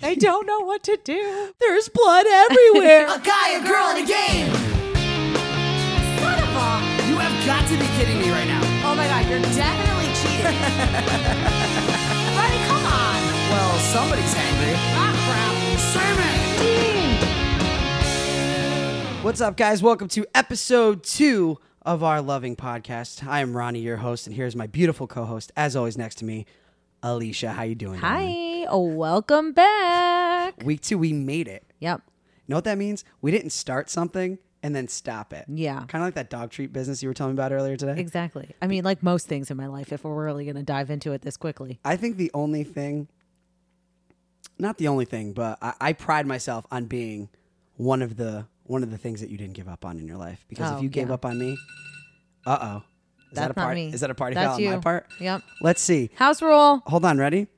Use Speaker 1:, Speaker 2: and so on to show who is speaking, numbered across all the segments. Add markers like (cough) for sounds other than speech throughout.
Speaker 1: They don't know what to do.
Speaker 2: There's blood everywhere.
Speaker 3: (laughs) A guy, a girl, and a game.
Speaker 4: Son of a-
Speaker 3: You have got to be kidding me right now.
Speaker 4: Oh my god, you're definitely
Speaker 1: (laughs)
Speaker 4: cheating. Buddy, come on.
Speaker 3: Well, somebody's angry.
Speaker 4: Ah,
Speaker 3: Simon!
Speaker 4: crap.
Speaker 2: What's up, guys? Welcome to episode two of our loving podcast. I am Ronnie, your host, and here's my beautiful co-host, as always, next to me, Alicia. How you doing? darling?
Speaker 1: Hi, oh, welcome back.
Speaker 2: Week two, we made it.
Speaker 1: Yep.
Speaker 2: You know what that means? We didn't start something and then stop it.
Speaker 1: Yeah.
Speaker 2: Kind of like that dog treat business you were telling me about earlier today.
Speaker 1: Exactly. I mean, like most things in my life, if we're really going to dive into it this quickly.
Speaker 2: I think the only thing, not the only thing, but I, I pride myself on being one of the one of the things that you didn't give up on in your life. Because
Speaker 1: Oh,
Speaker 2: if you gave
Speaker 1: yeah.
Speaker 2: up on me, uh oh, is that a
Speaker 1: That's not
Speaker 2: part?
Speaker 1: me.
Speaker 2: Is that a party
Speaker 1: That's
Speaker 2: foul on my
Speaker 1: you.
Speaker 2: part?
Speaker 1: Yep.
Speaker 2: Let's see.
Speaker 1: House rule.
Speaker 2: Hold on, ready?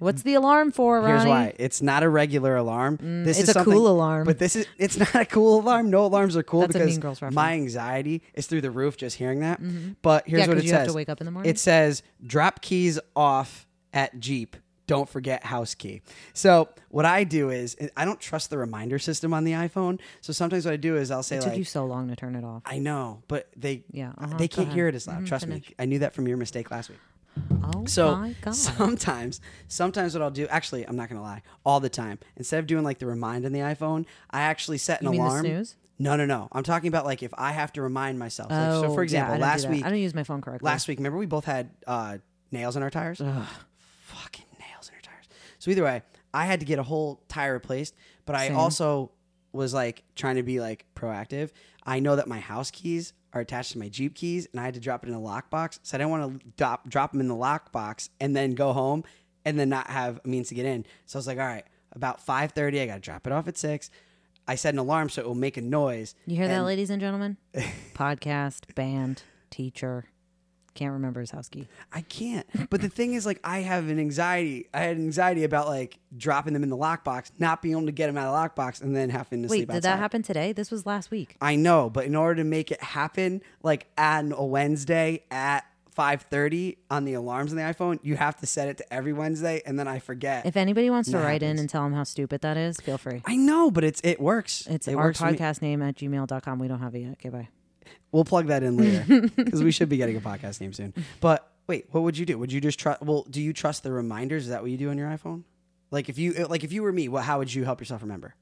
Speaker 1: What's the alarm for, Ronnie?
Speaker 2: Here's why. It's not a regular alarm. this
Speaker 1: Mm, it's
Speaker 2: is
Speaker 1: a
Speaker 2: something-
Speaker 1: cool alarm.
Speaker 2: But this is it's (laughs) not a cool alarm. No alarms are cool
Speaker 1: That's a Mean
Speaker 2: because
Speaker 1: Girls reference. Mm-hmm.
Speaker 2: my anxiety is through the roof just hearing that. But here's
Speaker 1: Yeah,
Speaker 2: what
Speaker 1: 'cause
Speaker 2: it
Speaker 1: you
Speaker 2: says.
Speaker 1: have to wake up in the morning.
Speaker 2: It says drop keys off at Jeep. Don't forget house key. So what I do is I don't trust the reminder system on the iPhone. So sometimes what I do is I'll say
Speaker 1: It took
Speaker 2: like
Speaker 1: you so long to turn it off.
Speaker 2: I know, but they
Speaker 1: Yeah, uh-huh,
Speaker 2: they
Speaker 1: go
Speaker 2: can't
Speaker 1: ahead.
Speaker 2: hear it as loud.
Speaker 1: Mm-hmm,
Speaker 2: Trust me, I knew that from your mistake last week.
Speaker 1: Oh
Speaker 2: So (laughs)
Speaker 1: my god.
Speaker 2: sometimes, sometimes what I'll do, actually, I'm not gonna lie, all the time. Instead of doing like the remind on the iPhone, I actually set an
Speaker 1: You mean the
Speaker 2: alarm.
Speaker 1: snooze?
Speaker 2: No, no, no. I'm talking about like if I have to remind myself. Like,
Speaker 1: Oh,
Speaker 2: so, for
Speaker 1: yeah,
Speaker 2: example,
Speaker 1: I don't do
Speaker 2: last
Speaker 1: that.
Speaker 2: week,
Speaker 1: I don't use my phone correctly.
Speaker 2: last week, remember we both had uh, nails in our tires. Fucking nails in our tires. So either way, I had to get a whole tire replaced, but I also was like trying to be like proactive. I know that my house keys are attached to my Jeep keys, and I had to drop it in a lockbox. So I didn't want to drop drop them in the lockbox and then go home and then not have a means to get in. So I was like, all right, about five thirty, I got to drop it off at six. I set an alarm so it will make a noise.
Speaker 1: You hear that,
Speaker 2: and-
Speaker 1: ladies and gentlemen?
Speaker 2: (laughs)
Speaker 1: Podcast, band, teacher. Can't remember his house key.
Speaker 2: I can't. But the thing is, like, I have an anxiety. I had anxiety about like dropping them in the lockbox, not being able to get them out of the lockbox, and then having to
Speaker 1: Wait,
Speaker 2: sleep
Speaker 1: did
Speaker 2: outside.
Speaker 1: that happen today? This was last week.
Speaker 2: I know, but in order to make it happen, like on a Wednesday at five thirty on the alarms on the iPhone, you have to set it to every Wednesday, and then I forget.
Speaker 1: If anybody wants to
Speaker 2: That
Speaker 1: write in
Speaker 2: happens.
Speaker 1: and tell him how stupid that is, feel free.
Speaker 2: I know, but it's it works.
Speaker 1: It's
Speaker 2: it
Speaker 1: our
Speaker 2: works for me.
Speaker 1: podcast name at gmail.com. We don't have it yet. Okay, bye.
Speaker 2: We'll plug that in
Speaker 1: (laughs)
Speaker 2: later because we should be getting a podcast name soon. But wait, what would you do? Would you just trust? Well, do you trust the reminders? Is that what you do on your iPhone? Like if you like if you were me, what how would you help yourself remember?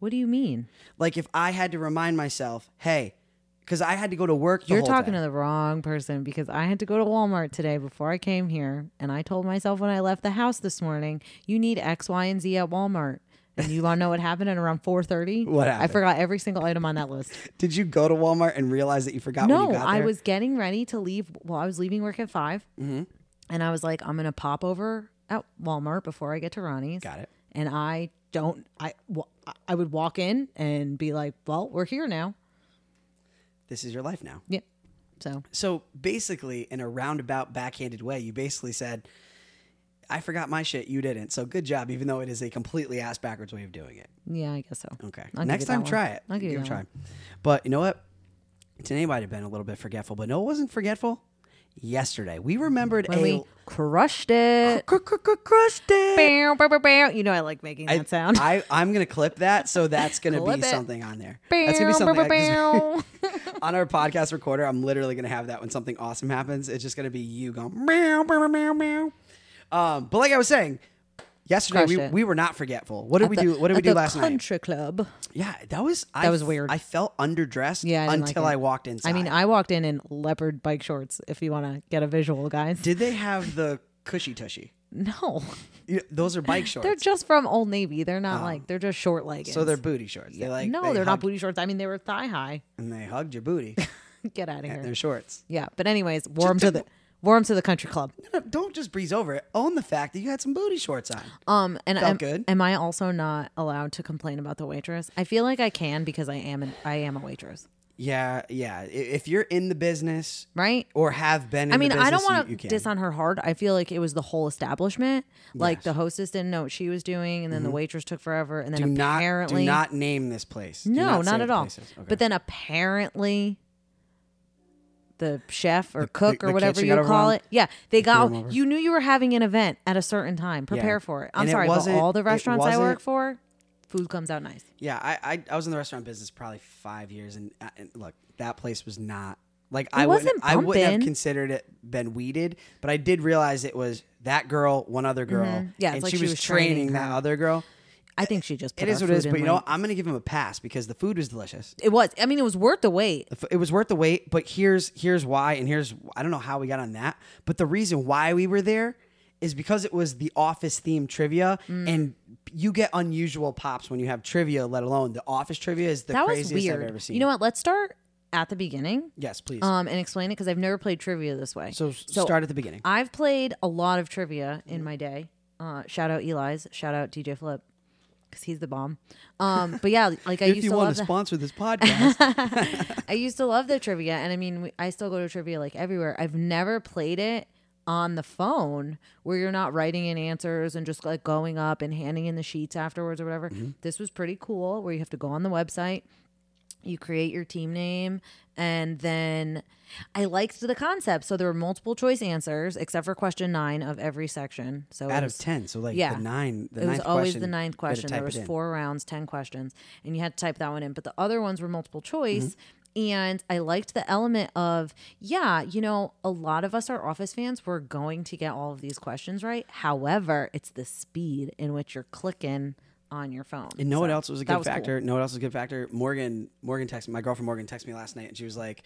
Speaker 1: What do you mean?
Speaker 2: Like if I had to remind myself, hey, because I had to go to work. The
Speaker 1: You're talking to the wrong person because I had to go to Walmart today before I came here. And I told myself when I left the house this morning, you need X, Y, and Z at Walmart. And you want to know what happened at around 4.30?
Speaker 2: (laughs) What
Speaker 1: I
Speaker 2: happened?
Speaker 1: forgot every single item on that list.
Speaker 2: Did you go to Walmart and realize that you forgot?
Speaker 1: no
Speaker 2: when Oh, you got
Speaker 1: i
Speaker 2: there? Mm-hmm.
Speaker 1: was getting ready to leave well i was leaving work at 5 and i was like i'm gonna pop over at walmart before i get to ronnie's
Speaker 2: Got it.
Speaker 1: and i don't i wa- i would walk in and be like well we're here now
Speaker 2: This is your life now.
Speaker 1: yeah so
Speaker 2: So basically, in a roundabout, backhanded way, you basically said, "I forgot my shit. You didn't. So good job, even though it is a completely ass backwards way of doing it."
Speaker 1: yeah i guess so
Speaker 2: Okay.
Speaker 1: I'll give
Speaker 2: Next
Speaker 1: you that
Speaker 2: time,
Speaker 1: one.
Speaker 2: try it.
Speaker 1: I'll give you
Speaker 2: it a
Speaker 1: that
Speaker 2: try.
Speaker 1: one.
Speaker 2: But you know what? Today might have been a little bit forgetful, but no, it wasn't forgetful. Yesterday, we remembered
Speaker 1: when
Speaker 2: a
Speaker 1: we crushed it
Speaker 2: Cr- cr- cr- crushed it.
Speaker 1: Bow, bow, bow, bow. you know i like making that sound
Speaker 2: I, I'm gonna clip that, so that's gonna
Speaker 1: (laughs) Clip
Speaker 2: be
Speaker 1: it.
Speaker 2: something on there. That's gonna be
Speaker 1: (laughs) Bow, bow,
Speaker 2: something I-
Speaker 1: bow, bow.
Speaker 2: on our podcast recorder. I'm literally gonna have that when something awesome happens. It's just gonna be you going meow meow meow meow. Um, but like I was saying, yesterday
Speaker 1: Crushed
Speaker 2: we,
Speaker 1: it.
Speaker 2: we were not forgetful. What did we do? (laughs) What did we
Speaker 1: At
Speaker 2: do
Speaker 1: the
Speaker 2: last night?
Speaker 1: country club
Speaker 2: Yeah, that was that
Speaker 1: was weird.
Speaker 2: I felt underdressed
Speaker 1: Yeah, I didn't like
Speaker 2: until
Speaker 1: it.
Speaker 2: I walked inside.
Speaker 1: i mean i walked in in leopard bike shorts if you want to get a visual guys
Speaker 2: Did they have the cushy tushy?
Speaker 1: no
Speaker 2: You- Those are bike
Speaker 1: (sighs)
Speaker 2: shorts.
Speaker 1: They're just from Old Navy. They're not like they're just short leggings.
Speaker 2: Um, so they're booty shorts. They like
Speaker 1: no,
Speaker 2: they
Speaker 1: they're not
Speaker 2: hugged-
Speaker 1: booty shorts. I mean, they were thigh high. (laughs)
Speaker 2: And they hugged your booty.
Speaker 1: Get out of
Speaker 2: and
Speaker 1: here.
Speaker 2: they're shorts.
Speaker 1: Yeah, but anyways, wore 'em to the wore 'em to the country club.
Speaker 2: No, no, Don't just breeze over it. Own the fact that you had some booty shorts on.
Speaker 1: Um, and
Speaker 2: Felt
Speaker 1: am,
Speaker 2: good.
Speaker 1: am I also not allowed to complain about the waitress? I feel like I can because I am an, I am a waitress,
Speaker 2: Yeah, yeah. I- If you're in the business
Speaker 1: right?
Speaker 2: or have been, in
Speaker 1: I mean,
Speaker 2: the
Speaker 1: I don't
Speaker 2: business, you-
Speaker 1: want
Speaker 2: you
Speaker 1: to
Speaker 2: can.
Speaker 1: diss on her hard. I feel like it was the whole establishment. Like the hostess didn't know what she was doing, and then the waitress took forever, and then
Speaker 2: Mm-hmm. Do not,
Speaker 1: apparently
Speaker 2: do not name this place. Do
Speaker 1: No, not,
Speaker 2: not, say what
Speaker 1: at
Speaker 2: the
Speaker 1: all.
Speaker 2: place is. Okay.
Speaker 1: But then apparently the chef or cook
Speaker 2: the-
Speaker 1: or
Speaker 2: the
Speaker 1: whatever
Speaker 2: kitchen
Speaker 1: you
Speaker 2: got
Speaker 1: call
Speaker 2: overwhelmed?
Speaker 1: it. Yeah, they
Speaker 2: them over?
Speaker 1: got you knew you were having an event at a certain time. Prepare for it. I'm
Speaker 2: And it
Speaker 1: sorry, but
Speaker 2: wasn't-
Speaker 1: all the
Speaker 2: it
Speaker 1: restaurants I work
Speaker 2: wasn't-
Speaker 1: for, food comes out nice.
Speaker 2: Yeah, I, I I was in the restaurant business probably five years, and, I- and look, that place was not like I
Speaker 1: wasn't
Speaker 2: wouldn't I wouldn't have
Speaker 1: bumping.
Speaker 2: considered it been weeded, but I did realize it was that girl, one other girl,
Speaker 1: Yeah, it's
Speaker 2: and
Speaker 1: like
Speaker 2: she, was, training, that
Speaker 1: her.
Speaker 2: other girl.
Speaker 1: I think she just put
Speaker 2: It is
Speaker 1: our
Speaker 2: what it
Speaker 1: food
Speaker 2: is,
Speaker 1: in
Speaker 2: but you know,
Speaker 1: late.
Speaker 2: what? I'm gonna give him a pass because the food was delicious.
Speaker 1: it was. I mean, it was worth the wait.
Speaker 2: The f- It was worth the wait, but here's here's why, and here's I don't know how we got on that, but the reason why we were there is because it was the office theme trivia,
Speaker 1: Mm.
Speaker 2: and you get unusual pops when you have trivia, let alone the office trivia is the
Speaker 1: That was
Speaker 2: craziest
Speaker 1: weird.
Speaker 2: I've ever seen.
Speaker 1: You know what? Let's start at the beginning.
Speaker 2: Yes, please.
Speaker 1: Um, and explain it because I've never played trivia this way.
Speaker 2: so, s- start at the beginning.
Speaker 1: I've played a lot of trivia in my day. Uh, shout out Eli's. Shout out DJ Flip because he's the bomb. Um, but yeah, like I
Speaker 2: if
Speaker 1: used
Speaker 2: you
Speaker 1: to
Speaker 2: want
Speaker 1: love
Speaker 2: to
Speaker 1: the, (laughs)
Speaker 2: sponsor this podcast,
Speaker 1: I used to love the trivia, and I mean, we- I still go to trivia like everywhere. I've never played it on the phone where you're not writing in answers and just like going up and handing in the sheets afterwards or whatever. This was pretty cool where you have to go on the website, you create your team name, and then I liked the concept. So there were multiple choice answers except for question nine of every section. So it (laughs)
Speaker 2: out
Speaker 1: was-
Speaker 2: of ten, so like
Speaker 1: Yeah.
Speaker 2: the nine, the
Speaker 1: it was
Speaker 2: ninth
Speaker 1: always
Speaker 2: question,
Speaker 1: the ninth
Speaker 2: you had to
Speaker 1: question.
Speaker 2: type
Speaker 1: There
Speaker 2: it
Speaker 1: was
Speaker 2: in.
Speaker 1: four rounds, ten questions, and you had to type that one in. But the other ones were multiple choice.
Speaker 2: Mm-hmm.
Speaker 1: And I liked the element of, yeah, you know, a lot of us are office fans. We're going to get all of these questions right. However, it's the speed in which you're clicking on your phone.
Speaker 2: And no one
Speaker 1: So
Speaker 2: else was a
Speaker 1: that
Speaker 2: good
Speaker 1: cool.
Speaker 2: factor. No one else was a good factor. Morgan, Morgan texted my girlfriend. Morgan texted me last night, and she was like,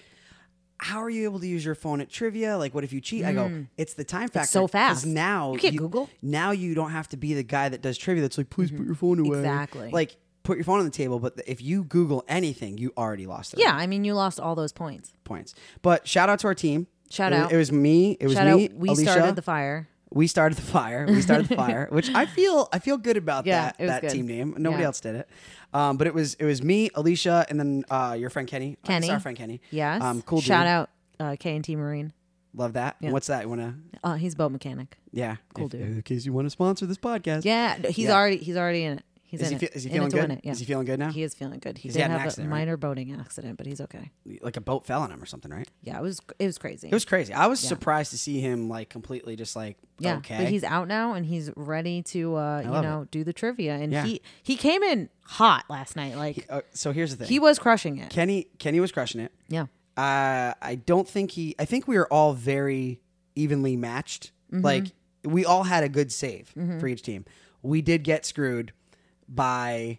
Speaker 2: "How are you able to use your phone at trivia? Like, what if you cheat?" I go, "It's the time factor.
Speaker 1: Mm. so
Speaker 2: 'cause
Speaker 1: fast.
Speaker 2: now
Speaker 1: You can't Google. Mm-hmm.
Speaker 2: Now you don't have to be the guy that does trivia. That's like, please put your phone away.
Speaker 1: Exactly.
Speaker 2: Like, put your phone on the table. But if you Google anything, you already lost it.
Speaker 1: Yeah, I mean, you lost all those points.
Speaker 2: points. But shout out to our team.
Speaker 1: Shout
Speaker 2: It was-
Speaker 1: out.
Speaker 2: It was me. It was
Speaker 1: Shout
Speaker 2: me.
Speaker 1: out, we
Speaker 2: Alicia.
Speaker 1: started the fire.
Speaker 2: we started the fire. We started the
Speaker 1: (laughs)
Speaker 2: fire, which I feel I feel good about
Speaker 1: Yeah,
Speaker 2: that
Speaker 1: it was
Speaker 2: that
Speaker 1: good.
Speaker 2: team name. Nobody
Speaker 1: Yeah.
Speaker 2: else did it, um, but it was it was me, Alicia, and then uh, your friend Kenny. Uh, it's
Speaker 1: Kenny.
Speaker 2: our friend Kenny.
Speaker 1: Yes.
Speaker 2: um, cool.
Speaker 1: Shout
Speaker 2: dude.
Speaker 1: out uh, K&T Marine.
Speaker 2: love that. What's that? You wanna?
Speaker 1: Uh, he's a boat mechanic.
Speaker 2: Yeah, cool
Speaker 1: dude.
Speaker 2: In case you want to sponsor this podcast,
Speaker 1: Yeah, no, he's
Speaker 2: Yeah.
Speaker 1: already he's already in it. He's
Speaker 2: Is
Speaker 1: in
Speaker 2: he fe-
Speaker 1: it.
Speaker 2: is he
Speaker 1: In it
Speaker 2: feeling
Speaker 1: to win
Speaker 2: good?
Speaker 1: It. Yeah.
Speaker 2: Is he feeling good now?
Speaker 1: He is feeling good. He
Speaker 2: He's
Speaker 1: did
Speaker 2: had an
Speaker 1: have
Speaker 2: accident,
Speaker 1: a
Speaker 2: right?
Speaker 1: minor boating accident, but he's okay.
Speaker 2: like a boat fell on him or something, right?
Speaker 1: Yeah, it was it was crazy.
Speaker 2: It was crazy. I was surprised to see him like completely just like
Speaker 1: yeah,
Speaker 2: okay.
Speaker 1: but he's out now and he's ready to uh, you
Speaker 2: love
Speaker 1: know do the trivia. And
Speaker 2: Yeah.
Speaker 1: he he came in hot last night. Like he,
Speaker 2: Uh, so here's the thing.
Speaker 1: was crushing it.
Speaker 2: Kenny Kenny was crushing it.
Speaker 1: yeah,
Speaker 2: uh, I don't think he. I think we were all very evenly matched.
Speaker 1: Mm-hmm.
Speaker 2: Like we all had a good save for each team. We did get screwed by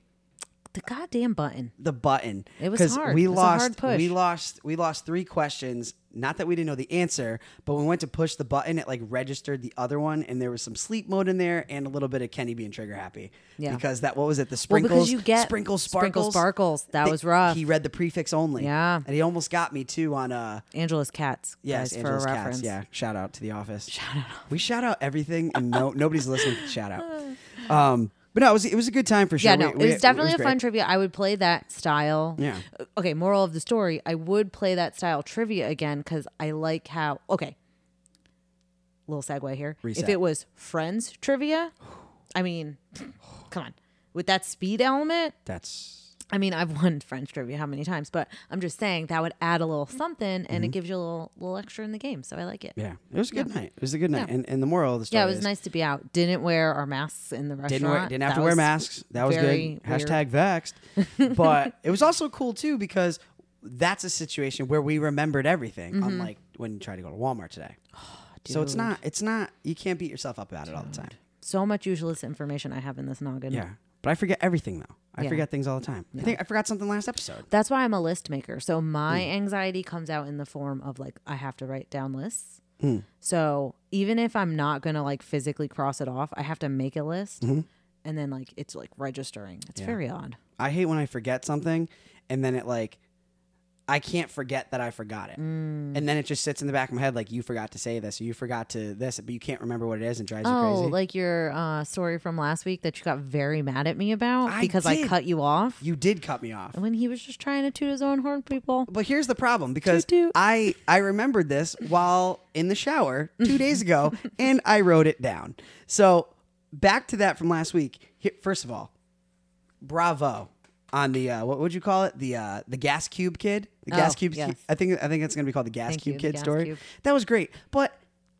Speaker 1: the goddamn button.
Speaker 2: the button.
Speaker 1: It was
Speaker 2: 'Cause
Speaker 1: hard.
Speaker 2: We
Speaker 1: It was a
Speaker 2: lost.
Speaker 1: hard push.
Speaker 2: We lost. We lost three questions. Not that we didn't know the answer, but when we went to push the button, it like registered the other one, and there was some sleep mode in there, and a little bit of Kenny being trigger happy.
Speaker 1: Yeah.
Speaker 2: Because that what was it? The
Speaker 1: Well,
Speaker 2: sprinkles.
Speaker 1: because you get
Speaker 2: sprinkles
Speaker 1: sprinkle
Speaker 2: sparkles.
Speaker 1: sparkles. That
Speaker 2: They-
Speaker 1: was rough.
Speaker 2: He read the prefix only.
Speaker 1: Yeah.
Speaker 2: And he almost got me too on uh
Speaker 1: Angela's cats.
Speaker 2: Yes,
Speaker 1: guys,
Speaker 2: Angela's
Speaker 1: for a
Speaker 2: Cats.
Speaker 1: reference.
Speaker 2: Yeah, shout out to
Speaker 1: (laughs)
Speaker 2: the office. Shout out. We shout out everything, and no, nobody's listening. to the Shout
Speaker 1: (sighs)
Speaker 2: out. Um, but no, it was it was a good time for sure.
Speaker 1: Yeah,
Speaker 2: We-
Speaker 1: no,
Speaker 2: we-
Speaker 1: it was definitely a
Speaker 2: great.
Speaker 1: fun trivia. I would play that style.
Speaker 2: Yeah.
Speaker 1: Okay, moral of the story, I would play that style trivia again because I like how. Okay. Little segue here.
Speaker 2: Reset.
Speaker 1: If it was Friends trivia, I mean, (sighs) come on. With that speed element,
Speaker 2: That's
Speaker 1: I mean, I've won Friends trivia how many times, but I'm just saying that would add a little something and it gives you a little, little extra in the game. So I like it.
Speaker 2: Mm-hmm. yeah. It was a good night. It was a good night, and and the moral of the story.
Speaker 1: Yeah, it was
Speaker 2: is
Speaker 1: nice to be out. Didn't wear our masks in the restaurant.
Speaker 2: Didn't wear, didn't have
Speaker 1: That
Speaker 2: to wear
Speaker 1: was
Speaker 2: masks. That was
Speaker 1: very
Speaker 2: good.
Speaker 1: (laughs)
Speaker 2: Hashtag vexed. But it was also cool too because that's a situation where we remembered everything,
Speaker 1: Mm-hmm.
Speaker 2: unlike when you try to go to
Speaker 1: (sighs)
Speaker 2: Walmart today. so it's not. It's not. You can't beat yourself up about it all the time.
Speaker 1: So much useless information I have in this noggin.
Speaker 2: Yeah. But I forget everything though. I
Speaker 1: Yeah.
Speaker 2: forget things all the time. I think I forgot something last episode.
Speaker 1: That's why I'm a list maker. So my
Speaker 2: Hmm.
Speaker 1: anxiety comes out in the form of like I have to write down lists.
Speaker 2: Hmm.
Speaker 1: So even if I'm not gonna like physically cross it off, I have to make a list,
Speaker 2: Mm-hmm.
Speaker 1: and then like it's like registering. It's very odd.
Speaker 2: I hate when I forget something and then it like I can't forget that I forgot it. And then it just sits in the back of my head like you forgot to say this, or you forgot to this, but you can't remember what it is and drives you
Speaker 1: Oh,
Speaker 2: crazy.
Speaker 1: like your uh, story from last week that you got very mad at me about
Speaker 2: I
Speaker 1: because I
Speaker 2: did.
Speaker 1: cut you off
Speaker 2: you did cut me off.
Speaker 1: when he was just trying to toot his own horn. People,
Speaker 2: But here's the problem because
Speaker 1: Toot toot.
Speaker 2: I I remembered this while in the shower 2 days ago
Speaker 1: (laughs)
Speaker 2: and I wrote it down. So, back to that from last week. Here, first of all, bravo. on the uh, what would you call it? The uh, the gas cube kid. The gas
Speaker 1: Oh,
Speaker 2: cube.
Speaker 1: yes.
Speaker 2: I think I think it's gonna be called the gas
Speaker 1: Thank
Speaker 2: cube
Speaker 1: you, the
Speaker 2: kid
Speaker 1: gas
Speaker 2: story.
Speaker 1: cube.
Speaker 2: That was great, but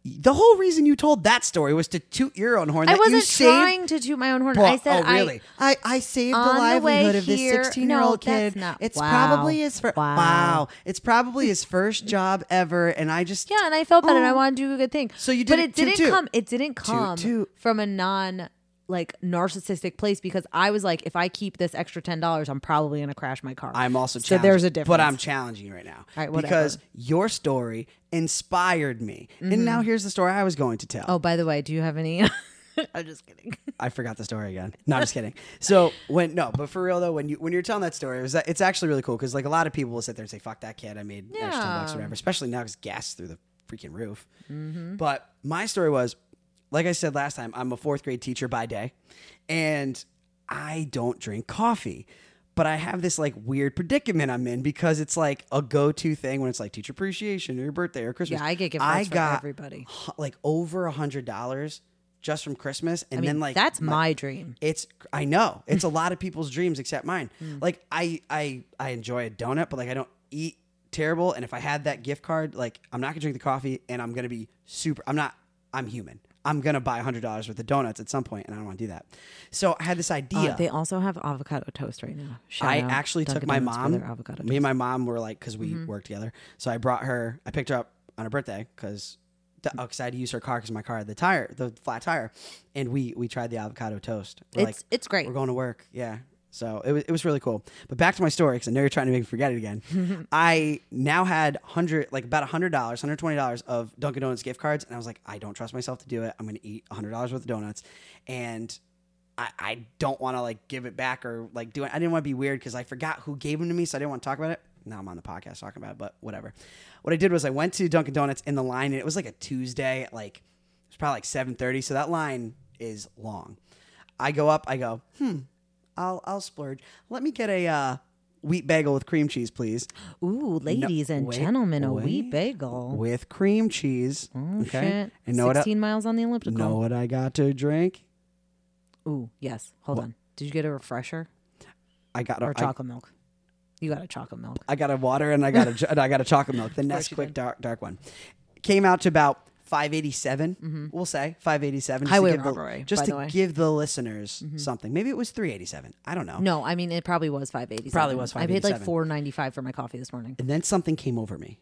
Speaker 2: the whole reason you told that story was to toot your own horn.
Speaker 1: I
Speaker 2: that you
Speaker 1: wasn't
Speaker 2: saved-
Speaker 1: trying to toot my own horn.
Speaker 2: Well,
Speaker 1: I said
Speaker 2: oh, really?
Speaker 1: I.
Speaker 2: I, I saved the
Speaker 1: On the
Speaker 2: livelihood
Speaker 1: way
Speaker 2: of this
Speaker 1: here-
Speaker 2: 16 year old
Speaker 1: no, that's
Speaker 2: kid.
Speaker 1: not-
Speaker 2: it's
Speaker 1: wow.
Speaker 2: probably his first. Wow.
Speaker 1: Wow.
Speaker 2: It's probably his first job ever. And I just.
Speaker 1: Yeah, and I felt bad, and I
Speaker 2: Oh.
Speaker 1: wanted to do a good thing.
Speaker 2: So you
Speaker 1: but
Speaker 2: did
Speaker 1: it
Speaker 2: it toot,
Speaker 1: didn't
Speaker 2: toot.
Speaker 1: come. It didn't come
Speaker 2: toot.
Speaker 1: from a non like narcissistic place because I was like, if I keep this extra ten dollars, I'm probably gonna crash my car.
Speaker 2: I'm also
Speaker 1: so
Speaker 2: challenging,
Speaker 1: there's a difference.
Speaker 2: But I'm challenging you right now
Speaker 1: All right, whatever.
Speaker 2: because your story inspired me, and
Speaker 1: Mm-hmm.
Speaker 2: now here's the story I was going to tell.
Speaker 1: oh, by the way, do you have any? (laughs) I'm just kidding.
Speaker 2: I forgot the story again. No, I'm just kidding. So when no, but for real though, when you when you're telling that story, it was it's actually really cool because like a lot of people will sit there and say, "Fuck that kid, I made an extra ten bucks or
Speaker 1: Yeah.
Speaker 2: whatever." Especially now because gas is through the freaking roof.
Speaker 1: Mm-hmm.
Speaker 2: But my story was, like I said last time, I'm a fourth grade teacher by day, and I don't drink coffee. But I have this like weird predicament I'm in because it's like a go to thing when it's like teacher appreciation or your birthday or Christmas.
Speaker 1: Yeah, I get gift
Speaker 2: I
Speaker 1: cards from
Speaker 2: got
Speaker 1: everybody.
Speaker 2: hu- like over a hundred dollars just from Christmas, and
Speaker 1: I mean,
Speaker 2: then like
Speaker 1: that's my dream.
Speaker 2: it's I know it's a lot of people's dreams
Speaker 1: (laughs)
Speaker 2: except mine.
Speaker 1: Hmm.
Speaker 2: Like I I I enjoy a donut, but like I don't eat terrible. And if I had that gift card, like I'm not gonna drink the coffee, and I'm gonna be super. I'm not. I'm human. I'm gonna buy hundred dollars worth of donuts at some point, and I don't want to do that. So I had this
Speaker 1: Uh,
Speaker 2: idea.
Speaker 1: they also have avocado toast right now. Shout
Speaker 2: I
Speaker 1: out
Speaker 2: actually took
Speaker 1: Dunkin'
Speaker 2: my
Speaker 1: Donuts for
Speaker 2: mom.
Speaker 1: their avocado Mm-hmm.
Speaker 2: Me and my mom were like, because we work together. So I brought her. I picked her up on her birthday because because I had to use her car because my car had the tire, the flat tire, and we we tried the avocado toast. We're
Speaker 1: It's- it's great.
Speaker 2: We're going to work. Yeah. So it was, it was really cool. But back to my story because I know you're trying to make me forget it again. I now had hundred like about hundred dollars, hundred twenty dollars of Dunkin' Donuts gift cards, and I was like, I don't trust myself to do it. I'm going to eat hundred dollars worth of donuts, and I, I don't want to like give it back or like do it. I didn't want to be weird because I forgot who gave them to me, so I didn't want to talk about it. Now I'm on the podcast talking about it, but whatever. What I did was I went to Dunkin' Donuts in the line, and it was like a Tuesday, at like it was probably like 7:30, so that line is long. I go up, I go, hmm, I'll I'll splurge. Let me get a uh, wheat bagel with cream cheese, please.
Speaker 1: Ooh, ladies and
Speaker 2: wait,
Speaker 1: gentlemen, a wee
Speaker 2: wait.
Speaker 1: bagel.
Speaker 2: With cream cheese.
Speaker 1: Oh, shit.
Speaker 2: And know what, I,
Speaker 1: Sixteen miles on the elliptical.
Speaker 2: know what I got to drink?
Speaker 1: Ooh, yes. Hold on. Did you get a refresher
Speaker 2: I got
Speaker 1: or
Speaker 2: a I-
Speaker 1: chocolate milk? You got a chocolate milk.
Speaker 2: I got a water and I got
Speaker 1: (laughs)
Speaker 2: a and I got a chocolate milk, the Nesquik dark dark one. Came out to about 587, we'll say 587. just to
Speaker 1: Mm-hmm. Highway
Speaker 2: give the-
Speaker 1: robbery,
Speaker 2: just
Speaker 1: by
Speaker 2: to
Speaker 1: the way. Mm-hmm.
Speaker 2: give the listeners something. Maybe it was 387. I don't know.
Speaker 1: No, I mean it probably was five eighty.
Speaker 2: Oh. Probably was
Speaker 1: I paid like
Speaker 2: $5.87.
Speaker 1: four ninety five for my coffee this morning.
Speaker 2: And then something came over me.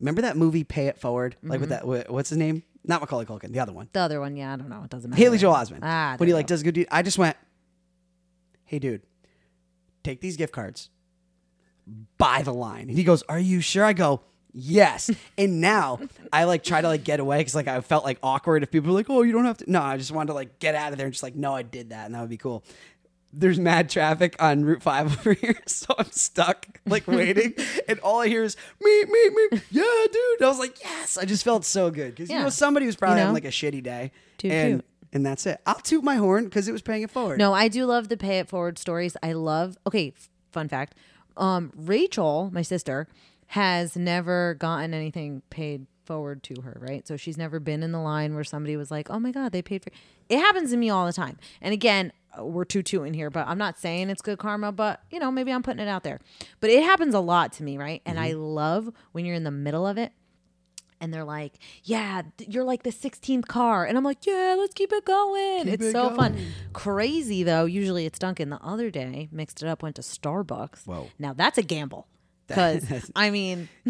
Speaker 2: Remember that movie Pay It Forward? Like with that
Speaker 1: Mm-hmm.
Speaker 2: wh- what's his name? Not Macaulay Culkin, the other one.
Speaker 1: The other one, yeah, I don't know. It doesn't matter.
Speaker 2: Haley Joel Osment.
Speaker 1: Ah,
Speaker 2: when
Speaker 1: there
Speaker 2: he
Speaker 1: you
Speaker 2: like
Speaker 1: go.
Speaker 2: does a good deed, I just went, "Hey, dude, take these gift cards, buy the line." And he goes, "Are you sure?" I go,
Speaker 1: (laughs)
Speaker 2: "Yes." and now I like try to like get away because like I felt like awkward if people were like, "Oh, you don't have to." No, I just wanted to like get out of there and just like, "No, I did that," and that would be cool. There's mad traffic on Route Five (laughs) over here, so I'm stuck
Speaker 1: (laughs)
Speaker 2: like waiting, and all I hear is me, me, me. Yeah, dude. I was like, yes. I just felt so good because you
Speaker 1: Yeah.
Speaker 2: know somebody was probably
Speaker 1: You
Speaker 2: on
Speaker 1: know?
Speaker 2: like a shitty day,
Speaker 1: Toot
Speaker 2: and
Speaker 1: toot.
Speaker 2: and that's it. I'll toot my horn because it was paying it forward.
Speaker 1: No, I do love the pay it forward stories. I love. Okay, f- fun fact. Um, Rachel, my sister, has never gotten anything paid forward to her, right? So she's never been in the line where somebody was like, "Oh my god, they paid for." It happens to me all the time. And again, uh, we're two two in here, but I'm not saying it's good karma, but you know, maybe I'm putting it out there. But it happens a lot to me, right? And I love when you're in the middle of it and they're like, "Yeah, th- you're like the 16th car," and I'm like, "Yeah, let's keep it going. it's so fun." Crazy though. Usually it's Dunkin'. The other day, mixed it up, went to Starbucks.
Speaker 2: Whoa.
Speaker 1: Now that's a gamble. Because
Speaker 2: (laughs)
Speaker 1: I mean, (laughs)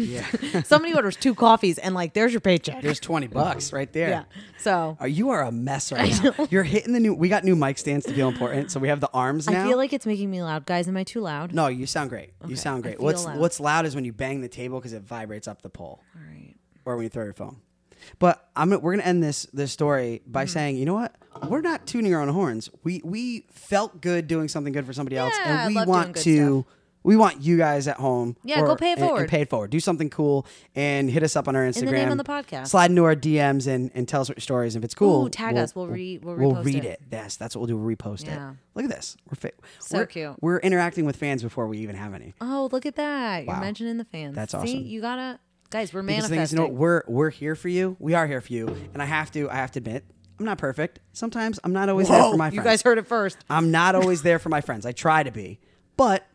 Speaker 1: somebody orders two coffees and like, there's your paycheck.
Speaker 2: there's twenty bucks right there.
Speaker 1: yeah. So
Speaker 2: Are- you are a mess right now. You're hitting the new. We got new mic stands to feel important, so we have the arms now.
Speaker 1: I feel like it's making me loud, guys. Am I too loud?
Speaker 2: no, you sound great. You sound
Speaker 1: I
Speaker 2: great.
Speaker 1: feel
Speaker 2: What's
Speaker 1: loud.
Speaker 2: what's loud is when you bang the table because it vibrates up the pole,
Speaker 1: All right.
Speaker 2: or when you throw your phone. But I'm gonna- we're gonna end this this story by
Speaker 1: Mm-hmm.
Speaker 2: saying, you know what? We're not tuning our own horns. We we felt good doing something good for somebody else,
Speaker 1: Yeah, I
Speaker 2: and we
Speaker 1: love
Speaker 2: want
Speaker 1: doing good
Speaker 2: to. We want you guys at home.
Speaker 1: Yeah, go pay it
Speaker 2: and- and
Speaker 1: forward.
Speaker 2: pay it forward. Do something cool and hit us up on our Instagram.
Speaker 1: the name of the podcast.
Speaker 2: Slide into our DMs and, and tell us what stories. If it's cool,
Speaker 1: Ooh, tag us. We'll re- we'll repost
Speaker 2: read it.
Speaker 1: it.
Speaker 2: Yes, that's what we'll do. We'll repost
Speaker 1: Yeah.
Speaker 2: it. Look at this. We're fa-
Speaker 1: So
Speaker 2: we're-
Speaker 1: cute.
Speaker 2: We're interacting with fans before we even have any.
Speaker 1: Oh, look at that.
Speaker 2: Wow.
Speaker 1: You're mentioning the fans.
Speaker 2: That's
Speaker 1: See,
Speaker 2: awesome.
Speaker 1: you gotta, guys. We're
Speaker 2: Because the
Speaker 1: manifesting.
Speaker 2: thing is, you know, what? we're we're here for you. We are here for you. And I have to I have to admit, I'm not perfect. Sometimes I'm not always there
Speaker 1: Whoa,
Speaker 2: for my
Speaker 1: you
Speaker 2: friends.
Speaker 1: guys heard it first.
Speaker 2: I'm not always there for my friends. I try to be, But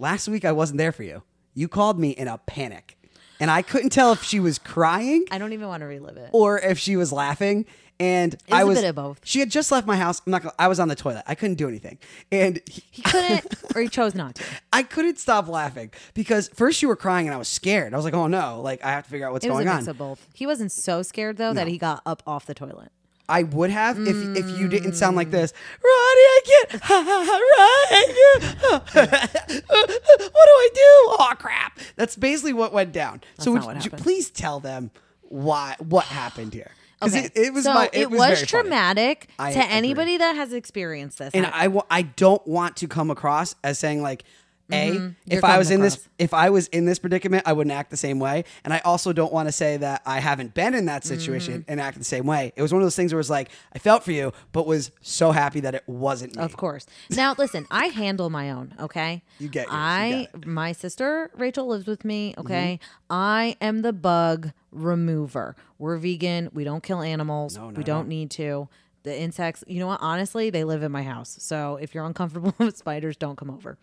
Speaker 2: last week I wasn't there for you. You called me in a panic. And I couldn't tell if she was crying
Speaker 1: I don't even want to relive it.
Speaker 2: or if she was laughing. And
Speaker 1: was
Speaker 2: I
Speaker 1: a
Speaker 2: was
Speaker 1: bit of both.
Speaker 2: She had just left my house. I'm not gonna, I was on the toilet. I couldn't do anything. And he-
Speaker 1: He couldn't, or he chose
Speaker 2: (laughs)
Speaker 1: not to.
Speaker 2: I couldn't stop laughing because first you were crying and I was scared. I was like, oh no, like I have to figure out what's
Speaker 1: It was a
Speaker 2: going
Speaker 1: mix
Speaker 2: on.
Speaker 1: of both. He wasn't so scared though that he got up off the toilet.
Speaker 2: I would have if if you didn't sound like this.
Speaker 1: Mm.
Speaker 2: Ronnie, I can't. Ha, ha, ha, Ronnie, I can't. (laughs) what do I do? Oh crap! That's basically what went down. so
Speaker 1: not
Speaker 2: would
Speaker 1: what
Speaker 2: you
Speaker 1: happened.
Speaker 2: please tell them why what happened here? Because
Speaker 1: Okay.
Speaker 2: it, it was
Speaker 1: so
Speaker 2: my,
Speaker 1: it,
Speaker 2: was,
Speaker 1: was,
Speaker 2: very funny.
Speaker 1: traumatic
Speaker 2: I
Speaker 1: to
Speaker 2: agree.
Speaker 1: anybody that has experienced this.
Speaker 2: and I, wa- I don't want to come across as saying like a if I
Speaker 1: Mm-hmm. coming
Speaker 2: was in this
Speaker 1: across.
Speaker 2: if I was in this predicament I wouldn't act the same way and I also don't want to say that I haven't been in that situation
Speaker 1: Mm-hmm.
Speaker 2: and act the same way it was one of those things where it was like I felt for you but was so happy that it wasn't me
Speaker 1: Of course. Now listen, I handle my own, okay?
Speaker 2: You get yours, you Mm-hmm.
Speaker 1: I my sister Rachel lives with me, okay? I am the bug remover. We're vegan. We don't kill animals. we don't need to. The insects, you know what? Honestly, they live in my house. So if you're uncomfortable (laughs) with spiders, don't come
Speaker 2: (laughs)
Speaker 1: over.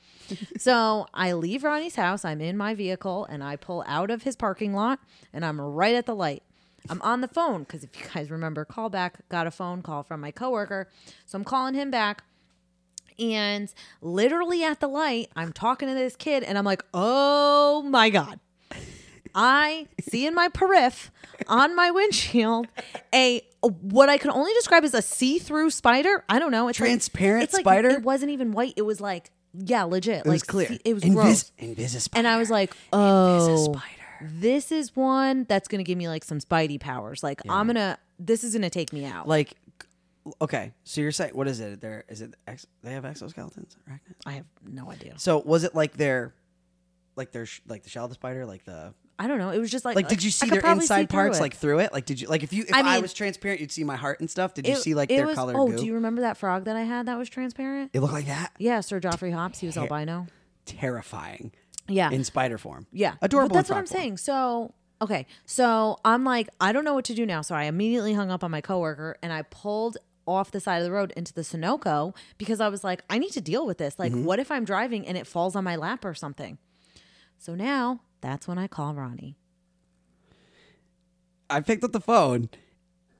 Speaker 1: so I leave Ronnie's house. I'm in my vehicle and I pull out of his parking lot and I'm right at the light. I'm on the phone because if you guys remember, call back, got a phone call from my coworker. So I'm calling him back. And literally at the light, I'm talking to this kid and I'm like, oh my God. I see in my periph on my windshield a what I can only describe as a see-through spider. I don't know. It's like-
Speaker 2: Transparent
Speaker 1: it's like-
Speaker 2: spider?
Speaker 1: it wasn't even white. It was like, yeah, legit.
Speaker 2: it
Speaker 1: like
Speaker 2: was clear
Speaker 1: see- it was
Speaker 2: Invis-
Speaker 1: gross.
Speaker 2: Invis- spider.
Speaker 1: And I was like, oh, this is one that's going to give me like some spidey powers. Like, I'm going to, this is going to take me out.
Speaker 2: like okay so you're saying what is it there is it ex- they have exoskeletons arachnids
Speaker 1: I have no idea.
Speaker 2: so was it like their like their sh- like the shell of the spider like the
Speaker 1: I don't know. It was just like,
Speaker 2: like
Speaker 1: I
Speaker 2: did you see
Speaker 1: could
Speaker 2: their
Speaker 1: probably see
Speaker 2: inside
Speaker 1: through
Speaker 2: parts
Speaker 1: it.
Speaker 2: like through it like did you like if you if
Speaker 1: I
Speaker 2: i,
Speaker 1: mean-
Speaker 2: was transparent you'd see my heart and stuff did you
Speaker 1: It-
Speaker 2: see like
Speaker 1: it
Speaker 2: their
Speaker 1: was-
Speaker 2: color
Speaker 1: Oh,
Speaker 2: goo?
Speaker 1: do you remember that frog that I had that was transparent?
Speaker 2: it looked like that
Speaker 1: Yeah, Sir Joffrey Hops. He was albino.
Speaker 2: terrifying
Speaker 1: Yeah.
Speaker 2: in spider form
Speaker 1: Yeah.
Speaker 2: adorable
Speaker 1: But that's
Speaker 2: in
Speaker 1: what I'm
Speaker 2: frog form.
Speaker 1: saying. So, okay. So I'm like, I don't know what to do now. So I immediately hung up on my coworker and I pulled off the side of the road into the Sunoco because I was like, I need to deal with this. Like,
Speaker 2: Mm-hmm.
Speaker 1: what if I'm driving and it falls on my lap or something? So now that's when I call Ronnie.
Speaker 2: i picked up the phone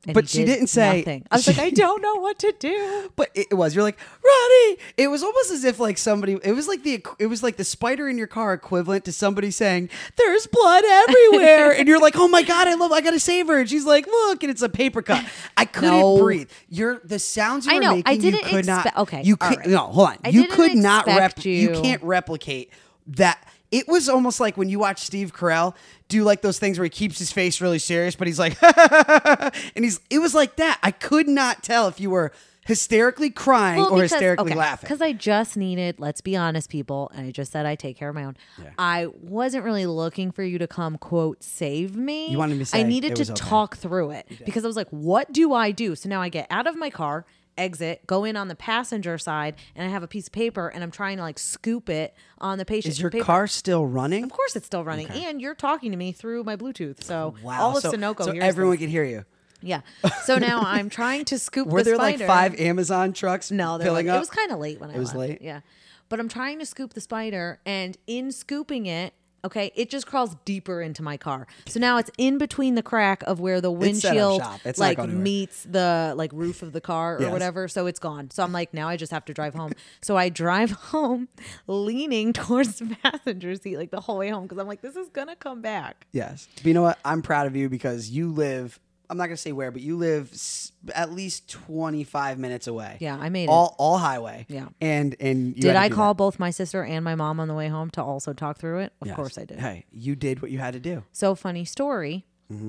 Speaker 1: And
Speaker 2: But
Speaker 1: he
Speaker 2: she
Speaker 1: did
Speaker 2: didn't say-
Speaker 1: nothing. I was like, I don't know what to do.
Speaker 2: but it, it was you're like ronnie it was almost as if like somebody it was like the equ- it was like the spider in your car equivalent to somebody saying there's blood everywhere and you're like oh my god i love i gotta save her and she's like look and it's a paper cut i couldn't
Speaker 1: No.
Speaker 2: breathe you're the sounds you
Speaker 1: I
Speaker 2: were
Speaker 1: know. I
Speaker 2: making you
Speaker 1: didn't
Speaker 2: could not
Speaker 1: expe- okay,
Speaker 2: you
Speaker 1: all
Speaker 2: could
Speaker 1: right.
Speaker 2: no hold on
Speaker 1: I
Speaker 2: you
Speaker 1: didn't
Speaker 2: could not rep
Speaker 1: expect
Speaker 2: you.
Speaker 1: you-
Speaker 2: can't replicate that it was almost like when you watch Steve Carell do like those things where he keeps his face really serious, but he's like, (laughs) and he's it was like that. I could not tell if you were hysterically crying or hysterically laughing.
Speaker 1: Because I just needed, let's be honest, people, and I just said I take care of my own. I wasn't really looking for you to come, quote, save me.
Speaker 2: You wanted me to
Speaker 1: I
Speaker 2: say
Speaker 1: needed
Speaker 2: it
Speaker 1: to
Speaker 2: was okay.
Speaker 1: talk through it because I was like, what do I do? So now I get out of my car, exit, go in on the passenger side, and I have a piece of paper and I'm trying to like scoop it on the patient.
Speaker 2: Is your
Speaker 1: paper.
Speaker 2: car still running?
Speaker 1: Of course it's still running. And you're talking to me through my Bluetooth. So
Speaker 2: Wow.
Speaker 1: all of
Speaker 2: so,
Speaker 1: Sunoco
Speaker 2: so
Speaker 1: hears
Speaker 2: everyone
Speaker 1: this.
Speaker 2: could hear you.
Speaker 1: Yeah. So now I'm trying
Speaker 2: (laughs)
Speaker 1: to scoop
Speaker 2: Were
Speaker 1: the
Speaker 2: there
Speaker 1: spider.
Speaker 2: like five Amazon trucks
Speaker 1: No, there
Speaker 2: filling
Speaker 1: was,
Speaker 2: up?
Speaker 1: it was kind of late when I
Speaker 2: was
Speaker 1: left.
Speaker 2: late?
Speaker 1: Yeah, but I'm trying to scoop the spider, and in scooping it, okay, it just crawls deeper into my car. So now it's in between the crack of where the
Speaker 2: It's set up
Speaker 1: windshield
Speaker 2: shop. It's not
Speaker 1: like
Speaker 2: going anywhere.
Speaker 1: meets the like roof of the car or
Speaker 2: Yes.
Speaker 1: whatever. So it's gone. So I'm like, now I just have to drive home. so I drive (laughs) home, leaning towards the passenger seat like the whole way home because I'm like, this is gonna come back.
Speaker 2: Yes. But you know what? I'm proud of you because you live. I'm not gonna say where, but you live s- at least 25 minutes away.
Speaker 1: Yeah, I made it.
Speaker 2: all all highway.
Speaker 1: Yeah.
Speaker 2: And and you had
Speaker 1: Did
Speaker 2: to
Speaker 1: I
Speaker 2: do
Speaker 1: call
Speaker 2: that.
Speaker 1: both my sister and my mom on the way home to also talk through it? Of
Speaker 2: Yes.
Speaker 1: course I did.
Speaker 2: Hey, you did what you had to do.
Speaker 1: So funny story.
Speaker 2: Mm-hmm.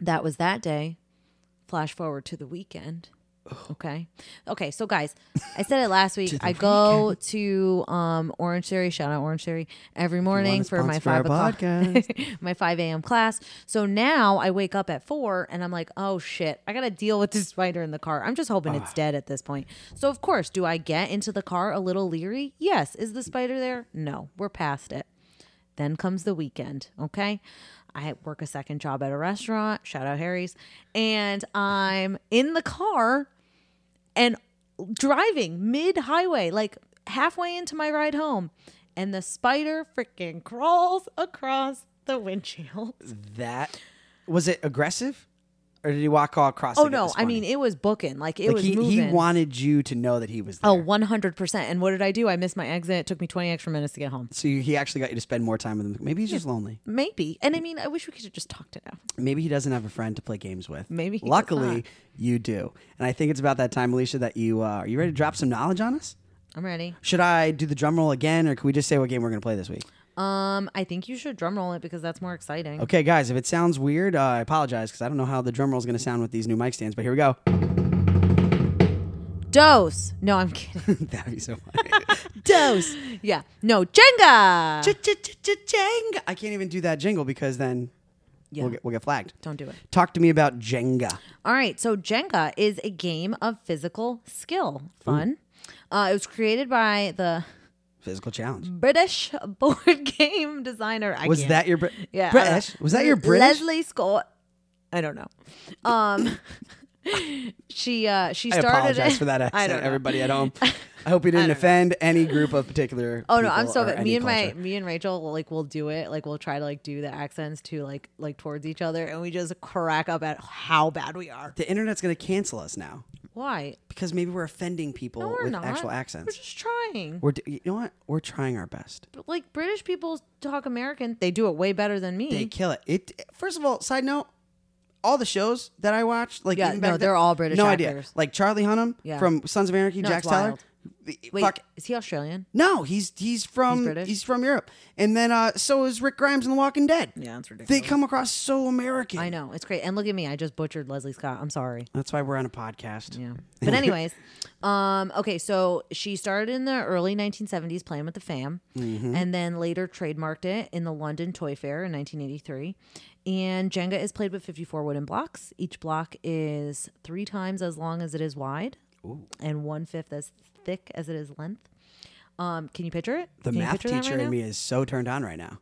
Speaker 1: That was that day. Flash forward to the weekend. Okay. Okay. So guys, I said it
Speaker 2: (laughs)
Speaker 1: last week. I go to um, Orange Theory. Shout out Orange Theory every morning for my
Speaker 2: sponsor our
Speaker 1: five o'clock, (laughs) my five a.m. class. So now I wake up at four and I'm like, oh shit, I gotta deal with this spider in the car. I'm just hoping it's dead at this point. So of course, do I get into the car a little leery? Yes. Is the spider there? No. We're past it. Then comes the weekend. Okay. I work a second job at a restaurant, shout out Harry's, and I'm in the car and driving mid highway, like halfway into my ride home, and the spider freaking crawls across the windshield.
Speaker 2: That was it aggressive? Or did he walk all across?
Speaker 1: Oh
Speaker 2: like it
Speaker 1: no!
Speaker 2: was
Speaker 1: I
Speaker 2: funny?
Speaker 1: mean, it was booking. Like it
Speaker 2: like
Speaker 1: was
Speaker 2: he,
Speaker 1: moving.
Speaker 2: he wanted you to know that he was there.
Speaker 1: Oh, 100%. And what did I do? I missed my exit. It took me 20 extra minutes to get home.
Speaker 2: So you- he actually got you to spend more time with him. Maybe he's just lonely.
Speaker 1: Maybe. And I mean, I wish we could have just talked it out.
Speaker 2: Maybe he doesn't have a friend to play games with.
Speaker 1: Maybe he does
Speaker 2: Luckily,
Speaker 1: not.
Speaker 2: you do. And I think it's about that time, Alicia, that you uh, are you ready to drop some knowledge on us?
Speaker 1: I'm ready.
Speaker 2: Should I do the drum roll again, or can we just say what game we're going to play this week?
Speaker 1: Um, I think you should drum roll it because that's more exciting.
Speaker 2: Okay, guys, if it sounds weird, uh, I apologize because I don't know how the drum roll is going to sound with these new mic stands. But here we go. (laughs)
Speaker 1: Dose. No, I'm kidding. (laughs)
Speaker 2: That'd be so funny.
Speaker 1: Dose. Yeah. No, Jenga.
Speaker 2: Jenga. I can't even do that jingle because then
Speaker 1: yeah.
Speaker 2: we'll get we'll get flagged.
Speaker 1: Don't do it.
Speaker 2: Talk to me about Jenga.
Speaker 1: All right, so Jenga is a game of physical skill. Fun. Uh, it was created by the
Speaker 2: Physical challenge.
Speaker 1: British (laughs) board game designer. I
Speaker 2: Was
Speaker 1: can't-
Speaker 2: that your Br-
Speaker 1: Yeah, I don't know.
Speaker 2: British? Was that your British?
Speaker 1: Leslie Scott? I don't know. Um, (laughs) she uh, she
Speaker 2: I
Speaker 1: started.
Speaker 2: apologize
Speaker 1: it-
Speaker 2: for that
Speaker 1: (laughs) I
Speaker 2: accent,
Speaker 1: don't know.
Speaker 2: everybody at
Speaker 1: (laughs)
Speaker 2: home. I hope you didn't offend any group of particular.
Speaker 1: Oh no, I'm
Speaker 2: people
Speaker 1: so
Speaker 2: or
Speaker 1: bad.
Speaker 2: any
Speaker 1: Me and my
Speaker 2: culture.
Speaker 1: me and Rachel will, like we'll do it. Like we'll try to like do the accents to like like towards each other, and we just crack up at how bad we are.
Speaker 2: The internet's going to cancel us now
Speaker 1: Why?
Speaker 2: because maybe we're offending people
Speaker 1: No, we're
Speaker 2: with
Speaker 1: not.
Speaker 2: actual
Speaker 1: We're
Speaker 2: accents.
Speaker 1: just trying.
Speaker 2: We're, d you know what? We're trying our best.
Speaker 1: But, like British people talk American. They do it way better than me.
Speaker 2: They kill it. It first of all, side note, all the shows that I watched, like
Speaker 1: Yeah,
Speaker 2: even back
Speaker 1: no,
Speaker 2: then-
Speaker 1: they're all British
Speaker 2: No idea.
Speaker 1: actors.
Speaker 2: Like Charlie Hunnam
Speaker 1: Yeah.
Speaker 2: from Sons of Anarchy,
Speaker 1: No,
Speaker 2: Jack
Speaker 1: it's
Speaker 2: Teller.
Speaker 1: wild.
Speaker 2: Wait,
Speaker 1: Wait,
Speaker 2: Fuck,
Speaker 1: is he Australian?
Speaker 2: no, he's he's from
Speaker 1: He's
Speaker 2: he's,
Speaker 1: British?
Speaker 2: from Europe, and then uh, so is Rick Grimes in The Walking Dead.
Speaker 1: Yeah, that's ridiculous.
Speaker 2: They come across so American.
Speaker 1: I know it's great. And look at me, I just butchered Leslie Scott. I'm sorry.
Speaker 2: That's why we're on a podcast.
Speaker 1: Yeah. (laughs) But anyways,
Speaker 2: (laughs)
Speaker 1: um, okay, so she started in the early 1970s playing with the fam,
Speaker 2: Mm-hmm.
Speaker 1: and then later trademarked it in the London Toy Fair in 1983. And Jenga is played with 54 wooden blocks. Each block is three times as long as it is wide, and one fifth as thick as it is length. Um, can you picture it?
Speaker 2: The
Speaker 1: Can you
Speaker 2: math
Speaker 1: picture that
Speaker 2: teacher
Speaker 1: right
Speaker 2: in
Speaker 1: now?
Speaker 2: me is so turned on
Speaker 1: (laughs)
Speaker 2: right now.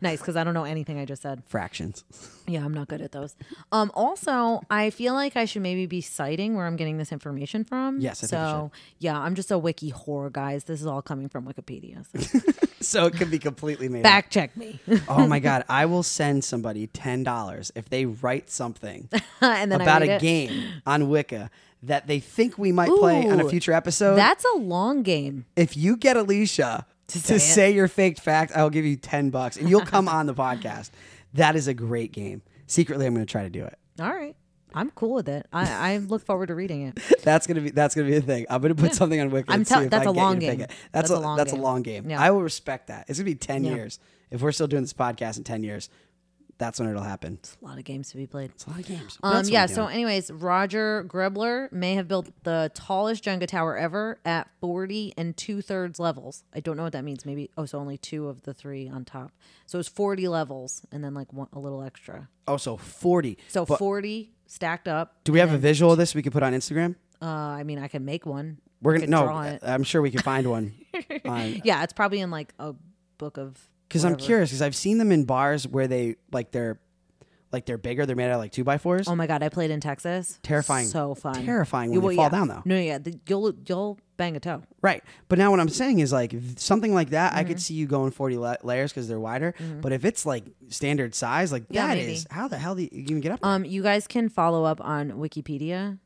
Speaker 1: Nice, because I don't know anything I just said.
Speaker 2: Fractions. (laughs)
Speaker 1: Yeah, I'm not good at those. Um, also, I feel like I should maybe be citing where I'm getting this information from.
Speaker 2: Yes, I think you
Speaker 1: so yeah, I'm just a wiki whore, guys. This is all coming from Wikipedia.
Speaker 2: (laughs)
Speaker 1: So
Speaker 2: So it could be completely made
Speaker 1: fact check me, (laughs)
Speaker 2: up. Oh my god, I will send somebody ten dollars if they write something
Speaker 1: and then
Speaker 2: about
Speaker 1: I read
Speaker 2: a
Speaker 1: it.
Speaker 2: game on Wicca that they think we might play on a
Speaker 1: Ooh,
Speaker 2: future episode.
Speaker 1: That's a long game.
Speaker 2: if you get Alicia to,
Speaker 1: say it.
Speaker 2: say your faked fact, I'll give you ten bucks and you'll come on the podcast. That is a great game. Secretly, I'm going to try to do it.
Speaker 1: All right, I'm cool with it. I, I look forward to reading it.
Speaker 2: That's gonna be that's gonna be a thing. I'm gonna put something on Wiki.
Speaker 1: I'm
Speaker 2: and see
Speaker 1: tell-
Speaker 2: if
Speaker 1: that's
Speaker 2: I
Speaker 1: a
Speaker 2: can get you
Speaker 1: long
Speaker 2: to pick
Speaker 1: game.
Speaker 2: it. That's, a, long that's a
Speaker 1: game.
Speaker 2: long game.
Speaker 1: Yeah.
Speaker 2: I will respect that. It's gonna be ten
Speaker 1: Yeah.
Speaker 2: years if we're still doing this podcast in ten years. That's when it'll happen. It's
Speaker 1: A lot of games to be played.
Speaker 2: a lot of games. What
Speaker 1: Um,
Speaker 2: else are we
Speaker 1: yeah.
Speaker 2: doing?
Speaker 1: So, anyways, Roger Grebler may have built the tallest Jenga tower ever at 40 and two thirds levels. I don't know what that means. Maybe oh, so only two of the three on top. So it's 40 levels and then like one, a little extra.
Speaker 2: oh, so forty.
Speaker 1: So
Speaker 2: But
Speaker 1: 40 stacked up.
Speaker 2: do we have a visual of this we could put on Instagram?
Speaker 1: Uh, I mean, I can make one.
Speaker 2: We're
Speaker 1: I
Speaker 2: gonna
Speaker 1: could
Speaker 2: no.
Speaker 1: draw it.
Speaker 2: I'm sure we can
Speaker 1: (laughs)
Speaker 2: find one. on
Speaker 1: yeah, it's probably in like a book of.
Speaker 2: because I'm
Speaker 1: whatever.
Speaker 2: curious because I've seen them in bars where they like they're like they're bigger. They're made out of like two by fours.
Speaker 1: Oh my god, I played in Texas.
Speaker 2: Terrifying.
Speaker 1: So fun.
Speaker 2: Terrifying when
Speaker 1: Well,
Speaker 2: they fall
Speaker 1: yeah.
Speaker 2: down though.
Speaker 1: No, yeah, the, you'll you'll bang a toe.
Speaker 2: Right. But now what I'm saying is like th- something like that, I
Speaker 1: Mm-hmm.
Speaker 2: could see you going 40 la- layers because they're wider. But if it's like standard size, like
Speaker 1: Yeah,
Speaker 2: that
Speaker 1: maybe.
Speaker 2: is how the hell do you even get up? there?
Speaker 1: Um, you guys can follow up on Wikipedia.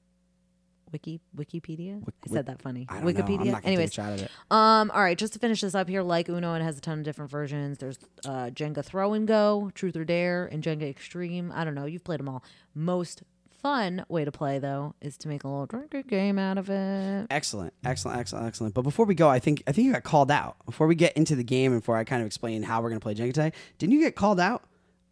Speaker 1: Wiki Wikipedia. I said that funny.
Speaker 2: I don't know.
Speaker 1: Wikipedia.
Speaker 2: I'm not gonna
Speaker 1: Anyways,
Speaker 2: take a shot at it.
Speaker 1: um, all right. Just to finish this up here, like Uno, it has a ton of different versions. There's uh, Jenga Throw and Go, Truth or Dare, and Jenga Extreme. I don't know. You've played them all. Most fun way to play though is to make a little drinking game out of it.
Speaker 2: Excellent, excellent, excellent, excellent. But before we go, I think I think you got called out. Before we get into the game and before I kind of explain how we're gonna play Jenga today, didn't you get called out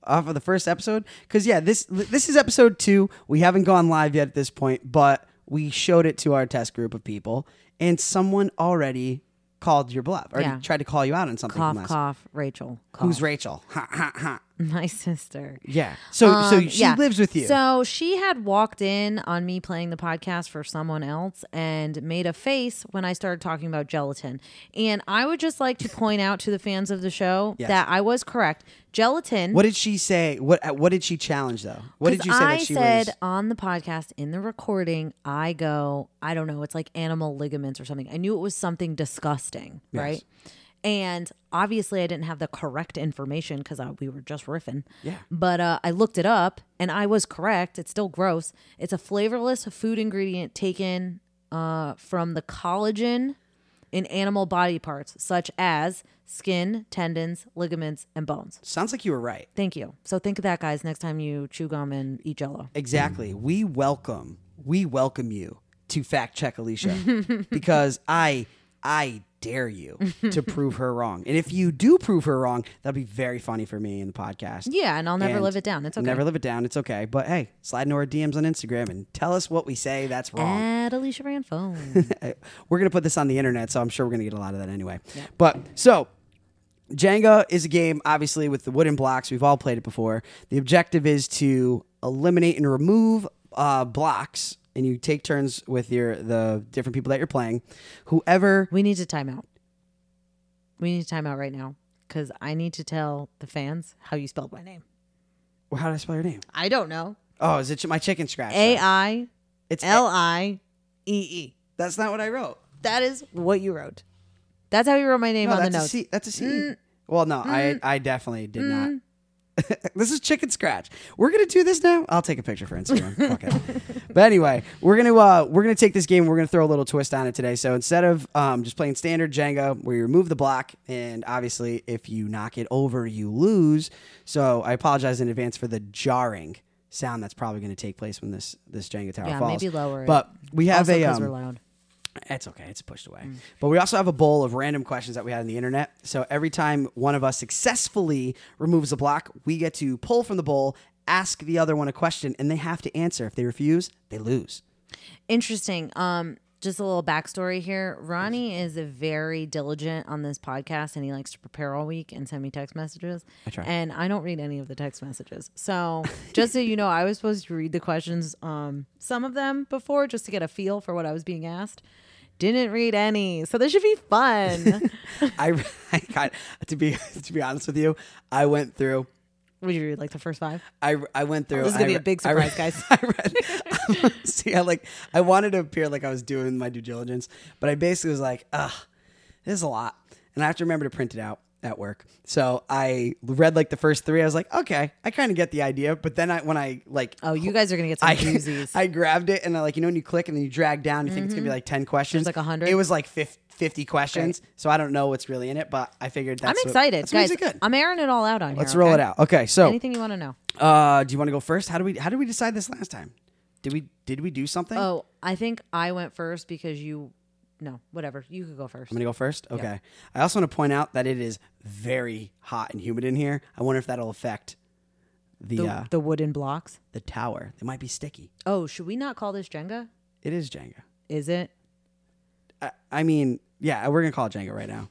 Speaker 2: off of the first episode? Because yeah, this this is episode two. We haven't gone live yet at this point, but we showed it to our test group of people, and someone already called your bluff or
Speaker 1: Yeah.
Speaker 2: tried to call you out on something
Speaker 1: Cough,
Speaker 2: from last.
Speaker 1: cough. (laughs) Rachel. Cough.
Speaker 2: Who's Rachel? Ha ha ha.
Speaker 1: My sister.
Speaker 2: Yeah. So so
Speaker 1: Um,
Speaker 2: she
Speaker 1: yeah.
Speaker 2: lives with you.
Speaker 1: So she had walked in on me playing the podcast for someone else and made a face when I started talking about gelatin. And I would just like to point out to the fans of the show
Speaker 2: Yes.
Speaker 1: that I was correct. Gelatin.
Speaker 2: what did she say? What uh, what did she challenge though? What did
Speaker 1: 'Cause
Speaker 2: you say
Speaker 1: I
Speaker 2: that she
Speaker 1: said
Speaker 2: was?
Speaker 1: on the podcast in the recording, I go, I don't know, it's like animal ligaments or something. I knew it was something disgusting, right? And obviously, I didn't have the correct information because we were just riffing.
Speaker 2: Yeah.
Speaker 1: But uh, I looked it up, and I was correct. It's still gross. It's a flavorless food ingredient taken uh, from the collagen in animal body parts, such as skin, tendons, ligaments, and bones.
Speaker 2: Sounds like you were right.
Speaker 1: Thank you. So think of that, guys, next time you chew gum and eat jello.
Speaker 2: Exactly.
Speaker 1: Mm.
Speaker 2: We welcome we welcome you to fact
Speaker 1: (laughs)
Speaker 2: check Alicia because I I dare you to prove her wrong. And if you do prove her wrong, that'll be very funny for me in the podcast.
Speaker 1: Yeah, and I'll never
Speaker 2: And
Speaker 1: live it down. It's okay.
Speaker 2: Never live it down. It's okay. But hey, slide into our DMs on Instagram and tell us what we say that's wrong.
Speaker 1: At Alicia
Speaker 2: (laughs)
Speaker 1: Ranfone.
Speaker 2: Uh, we're gonna put this on the internet, so I'm sure we're gonna get a lot of that anyway. But so Jenga is a game, obviously, with the wooden blocks. We've all played it before. The objective is to eliminate and remove uh, blocks, and you take turns with your the different people that you're playing. Whoever,
Speaker 1: we need to time out. We need to time out right now because I need to tell the fans how you spelled my name.
Speaker 2: well, how do I spell your name?
Speaker 1: I don't know.
Speaker 2: Oh, is it ch- my chicken scratch?
Speaker 1: A
Speaker 2: though?
Speaker 1: I
Speaker 2: It's
Speaker 1: L
Speaker 2: L.
Speaker 1: I E E.
Speaker 2: That's not what I wrote.
Speaker 1: That is what you wrote. That's how you wrote my name
Speaker 2: No,
Speaker 1: on the
Speaker 2: that's a
Speaker 1: notes. Mm.
Speaker 2: C. That's a C. Well, no, I I definitely did not. (laughs) this is chicken scratch. We're gonna do this now. I'll take a picture for
Speaker 1: (laughs)
Speaker 2: Instagram. Fuck it. But anyway, we're gonna uh, we're gonna take this game. and We're gonna throw a little twist on it today. So instead of um, just playing standard Jenga, where you remove the block, and obviously if you knock it over, you lose. So I apologize in advance for the jarring sound that's probably gonna take place when this this Jenga tower
Speaker 1: Yeah,
Speaker 2: falls.
Speaker 1: maybe lower it.
Speaker 2: But we have
Speaker 1: Also
Speaker 2: a
Speaker 1: 'cause
Speaker 2: um,
Speaker 1: we're loud.
Speaker 2: it's okay. It's pushed away. Mm. But we also have a bowl of random questions that we had on the internet. So every time one of us successfully removes a block, we get to pull from the bowl, ask the other one a question, and they have to answer. If they refuse,
Speaker 1: (laughs)
Speaker 2: they lose.
Speaker 1: Interesting. Um, just a little backstory here. Ronnie is very diligent on this podcast, and he likes to prepare all week and send me text messages. I
Speaker 2: try.
Speaker 1: and I don't read any of the text messages.
Speaker 2: (laughs)
Speaker 1: So just so you know, I was supposed to read the questions, um, some of them before, just to get a feel for what I was being asked. Didn't read any, so this should be
Speaker 2: (laughs)
Speaker 1: fun.
Speaker 2: I, I got to be (laughs) to be honest with you, I went through.
Speaker 1: Would you read like the first five?
Speaker 2: I, I went through.
Speaker 1: This is gonna
Speaker 2: I
Speaker 1: be
Speaker 2: re-
Speaker 1: a big
Speaker 2: I re-
Speaker 1: surprise, guys.
Speaker 2: (laughs) I read, see, I like I wanted to appear like I was doing my due diligence, but I basically was like, ugh, this is a lot, and I have to remember to print it out at work. So I read like the first three. I was like, okay, I kind of get the idea, but then I when I like.
Speaker 1: Oh, you guys are gonna get some
Speaker 2: (laughs) I, (laughs)
Speaker 1: doozies. Mm-hmm.
Speaker 2: I grabbed it and I like you know when you click and then you drag down you think it's gonna be like ten questions
Speaker 1: like, 100.
Speaker 2: it was like fif- fifty questions so I don't know what's really in it but I figured that's
Speaker 1: I'm
Speaker 2: what-
Speaker 1: excited,
Speaker 2: that's what
Speaker 1: guys.
Speaker 2: makes it good.
Speaker 1: I'm airing it all out on here.
Speaker 2: let's roll
Speaker 1: okay?
Speaker 2: it out okay so
Speaker 1: Anything you want to know?
Speaker 2: uh, do you want to go first? How do we how did we decide this last time? Did we did we do something?
Speaker 1: Oh, I think I went first because you. No, whatever. You could go first.
Speaker 2: I'm gonna go first. Okay. I also want to point out that it is very hot and humid in here. I wonder if that'll affect the
Speaker 1: the,
Speaker 2: uh,
Speaker 1: the wooden blocks.
Speaker 2: the tower. It might be sticky.
Speaker 1: Oh, should we not call this Jenga?
Speaker 2: It is Jenga.
Speaker 1: Is it?
Speaker 2: I, I mean, yeah, we're gonna call it Jenga right now.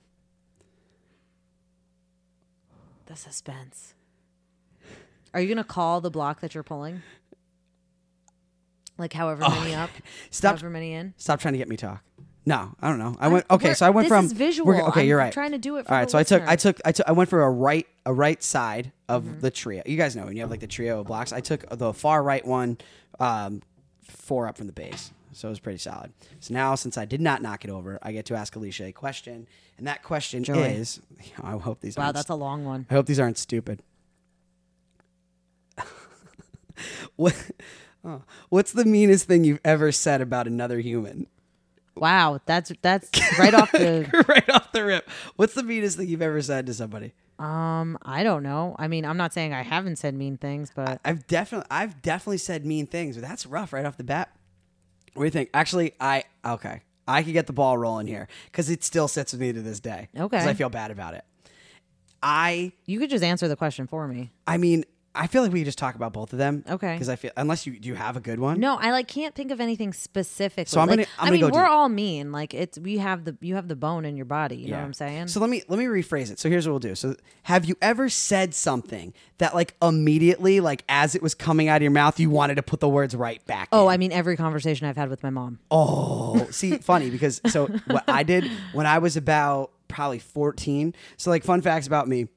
Speaker 1: The suspense. Are you gonna call the block that you're pulling? Like however many up,
Speaker 2: Oh, Stop
Speaker 1: however many in.
Speaker 2: stop trying to get me to talk. No, I don't know. I went okay. So I went
Speaker 1: this
Speaker 2: from
Speaker 1: is visual.
Speaker 2: we're- okay,
Speaker 1: I'm
Speaker 2: you're right.
Speaker 1: trying to do it for
Speaker 2: All right.
Speaker 1: the
Speaker 2: so I took I
Speaker 1: listener.
Speaker 2: took I took I went for a right a right side of
Speaker 1: Mm-hmm.
Speaker 2: the trio. You guys know when you have like the trio of blocks. I took the far right one, um, four up from the base. So it was pretty solid. So now, since I did not knock it over, I get to ask Alicia a question, and that question is, (laughs) I hope these.
Speaker 1: Wow,
Speaker 2: aren't
Speaker 1: that's a long one.
Speaker 2: I hope these aren't stupid. (laughs) what, oh, what's the meanest thing you've ever said about another human? (laughs)
Speaker 1: Wow, that's that's right off the.
Speaker 2: right off the rip. What's the meanest thing you've ever said to somebody?
Speaker 1: Um, I don't know. I mean, I'm not saying I haven't said mean things, but
Speaker 2: I've definitely I've definitely said mean things, but that's rough right off the bat. What do you think? Actually, I okay. I could get the ball rolling here because it still sits with me to this day. 'Cause
Speaker 1: Okay.
Speaker 2: I feel bad about it. I
Speaker 1: you could just answer the question for me.
Speaker 2: I mean, I feel like we could just talk about both of them.
Speaker 1: Okay.
Speaker 2: Because I feel unless you do you have a good one.
Speaker 1: No, I like can't think of anything specific.
Speaker 2: So I'm
Speaker 1: like,
Speaker 2: gonna-
Speaker 1: I
Speaker 2: I'm gonna
Speaker 1: mean,
Speaker 2: go
Speaker 1: we're
Speaker 2: deep.
Speaker 1: all mean. Like it's we have the you have the bone in your body. You know
Speaker 2: Yeah.
Speaker 1: what I'm saying?
Speaker 2: So let me let me rephrase it. So here's what we'll do. So have you ever said something that like immediately, like as it was coming out of your mouth, you wanted to put the words right back?
Speaker 1: oh,
Speaker 2: in?
Speaker 1: I mean, every conversation I've had with my mom.
Speaker 2: Oh, see, funny because so what I did when I was about probably 14. So like fun facts about me.